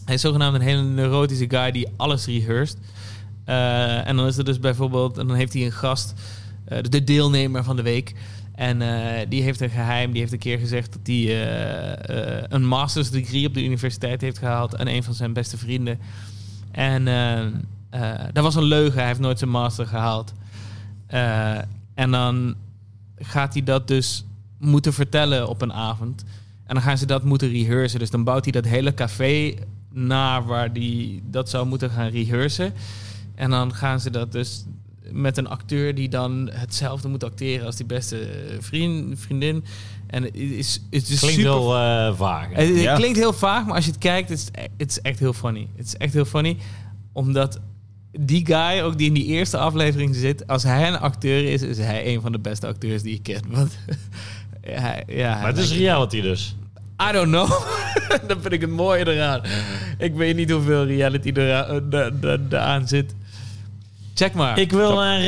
hij is zogenaamd een hele neurotische guy die alles rehearst. Eh, en dan is er dus bijvoorbeeld, en dan heeft hij een gast, eh, de- de deelnemer van de week. En eh, die heeft een geheim, die heeft een keer gezegd dat hij eh, eh, een master's degree op de universiteit heeft gehaald aan een van zijn beste vrienden. En eh, eh, dat was een leugen, hij heeft nooit zijn master gehaald. Eh, en dan gaat hij dat dus moeten vertellen op een avond. En dan gaan ze dat moeten rehearsen. Dus dan bouwt hij dat hele café na waar hij dat zou moeten gaan rehearsen. En dan gaan ze dat dus met een acteur die dan hetzelfde moet acteren als die beste eh, vriend, vriendin. En het is, het is Klinkt super heel dus eh, vaag. het, het Ja. klinkt heel vaag, maar als je het kijkt, het is, het is echt heel funny. Het is echt heel funny, omdat die guy, ook die in die eerste aflevering zit, als hij een acteur is, is hij een van de beste acteurs die ik ken. [laughs] Want hij, ja, hij Maar het is lijkt- reality dus. I don't know. [laughs] dat vind ik het mooie eraan. Ik weet niet hoeveel reality eh, eraan da- da- daaraan zit. Check maar. Ik wil daar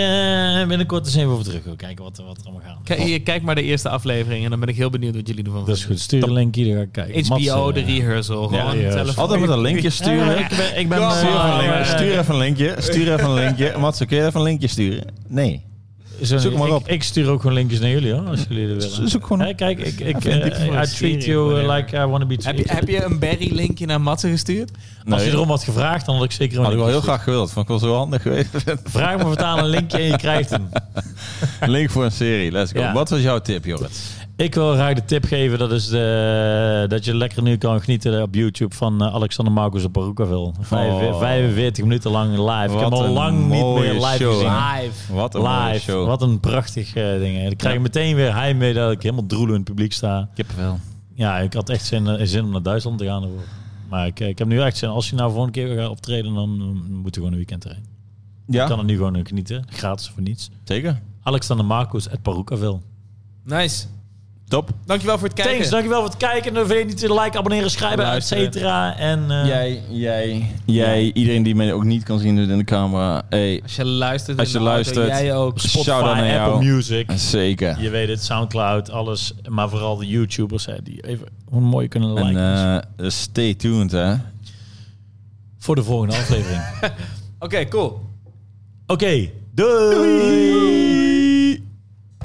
eh, binnenkort eens even over terug wil kijken wat, er- wat er allemaal gaat. Kijk, kijk maar de eerste aflevering en dan ben ik heel benieuwd wat jullie ervan Dat is goed. Stuur een linkje, dan ga ik kijken. HBO, Mats, eh, de rehearsal. ja, gewoon rehearsal. telefoon. Altijd met een linkje Ja, sturen. ik ben, ik ben Kom eh, Stuur even, maar, een eh, linkje, maar- stuur even een linkje. Stuur even een [laughs] linkje. Mats, kun je even een linkje sturen? Nee. Zo, Zoek ik- maar op. Ik, stuur ook gewoon linkjes naar jullie, hoor, als jullie er willen. Zoek gewoon op. Hey, kijk, ik, ik, Even eh, een tipje voor I een treat serie, you eh, whatever. like I want to be Heb je, treated. heb je een Barry-linkje naar Matze gestuurd? Als je Nee. Nou, erom had gevraagd, dan had ik zeker een Had ik wel heel linkje graag gewild. Vond ik wel zo [laughs] handig geweest. gestuurd. Vraag [laughs] me vertaal een linkje en je krijgt hem. Link voor een serie. Let's go. Ja. Wat was jouw tip, Jorrit? Ik wil graag de tip geven, dat is de, dat je lekker nu kan genieten op YouTube van eh, Alexander Marcus op Baruchaville. Vijf- Oh. 45 minuten lang live. ik heb Wat hem al een lang niet mooie meer live show, gezien. hè? Live. Wat een mooie Live. show. Wat een prachtig eh, ding. hè. Dan krijg ik meteen weer heimwee dat ik helemaal droelen in het publiek sta. Kippenvel. Ja, ik had echt zin, eh, zin om naar Duitsland te gaan. ervoor. Maar ik, eh, ik heb nu echt zin. Als je nou volgende keer weer gaat optreden, dan eh, moeten we gewoon een weekend erheen. Ik kan Ja, er nu gewoon eh, genieten. Gratis voor niets. zeker. Alexander Marcus at Paroucaville. Nice. Top. Dankjewel voor het kijken. Thanks, dankjewel voor het kijken. En vergeet niet te liken, abonneren, schrijven, et Luisteren. cetera. En eh, Jij, jij, jij, iedereen die mij ook niet kan zien in de camera. Hey, Als je luistert, Als in je de auto, luistert. jij ook. Spotify, Shout-out naar jou. Apple Music. zeker. Je weet het, Soundcloud, alles. Maar vooral de YouTubers, hè, die even hoe mooi kunnen En liken. eh, stay tuned, hè. [laughs] voor de volgende aflevering. Oké, cool. Oké, doei.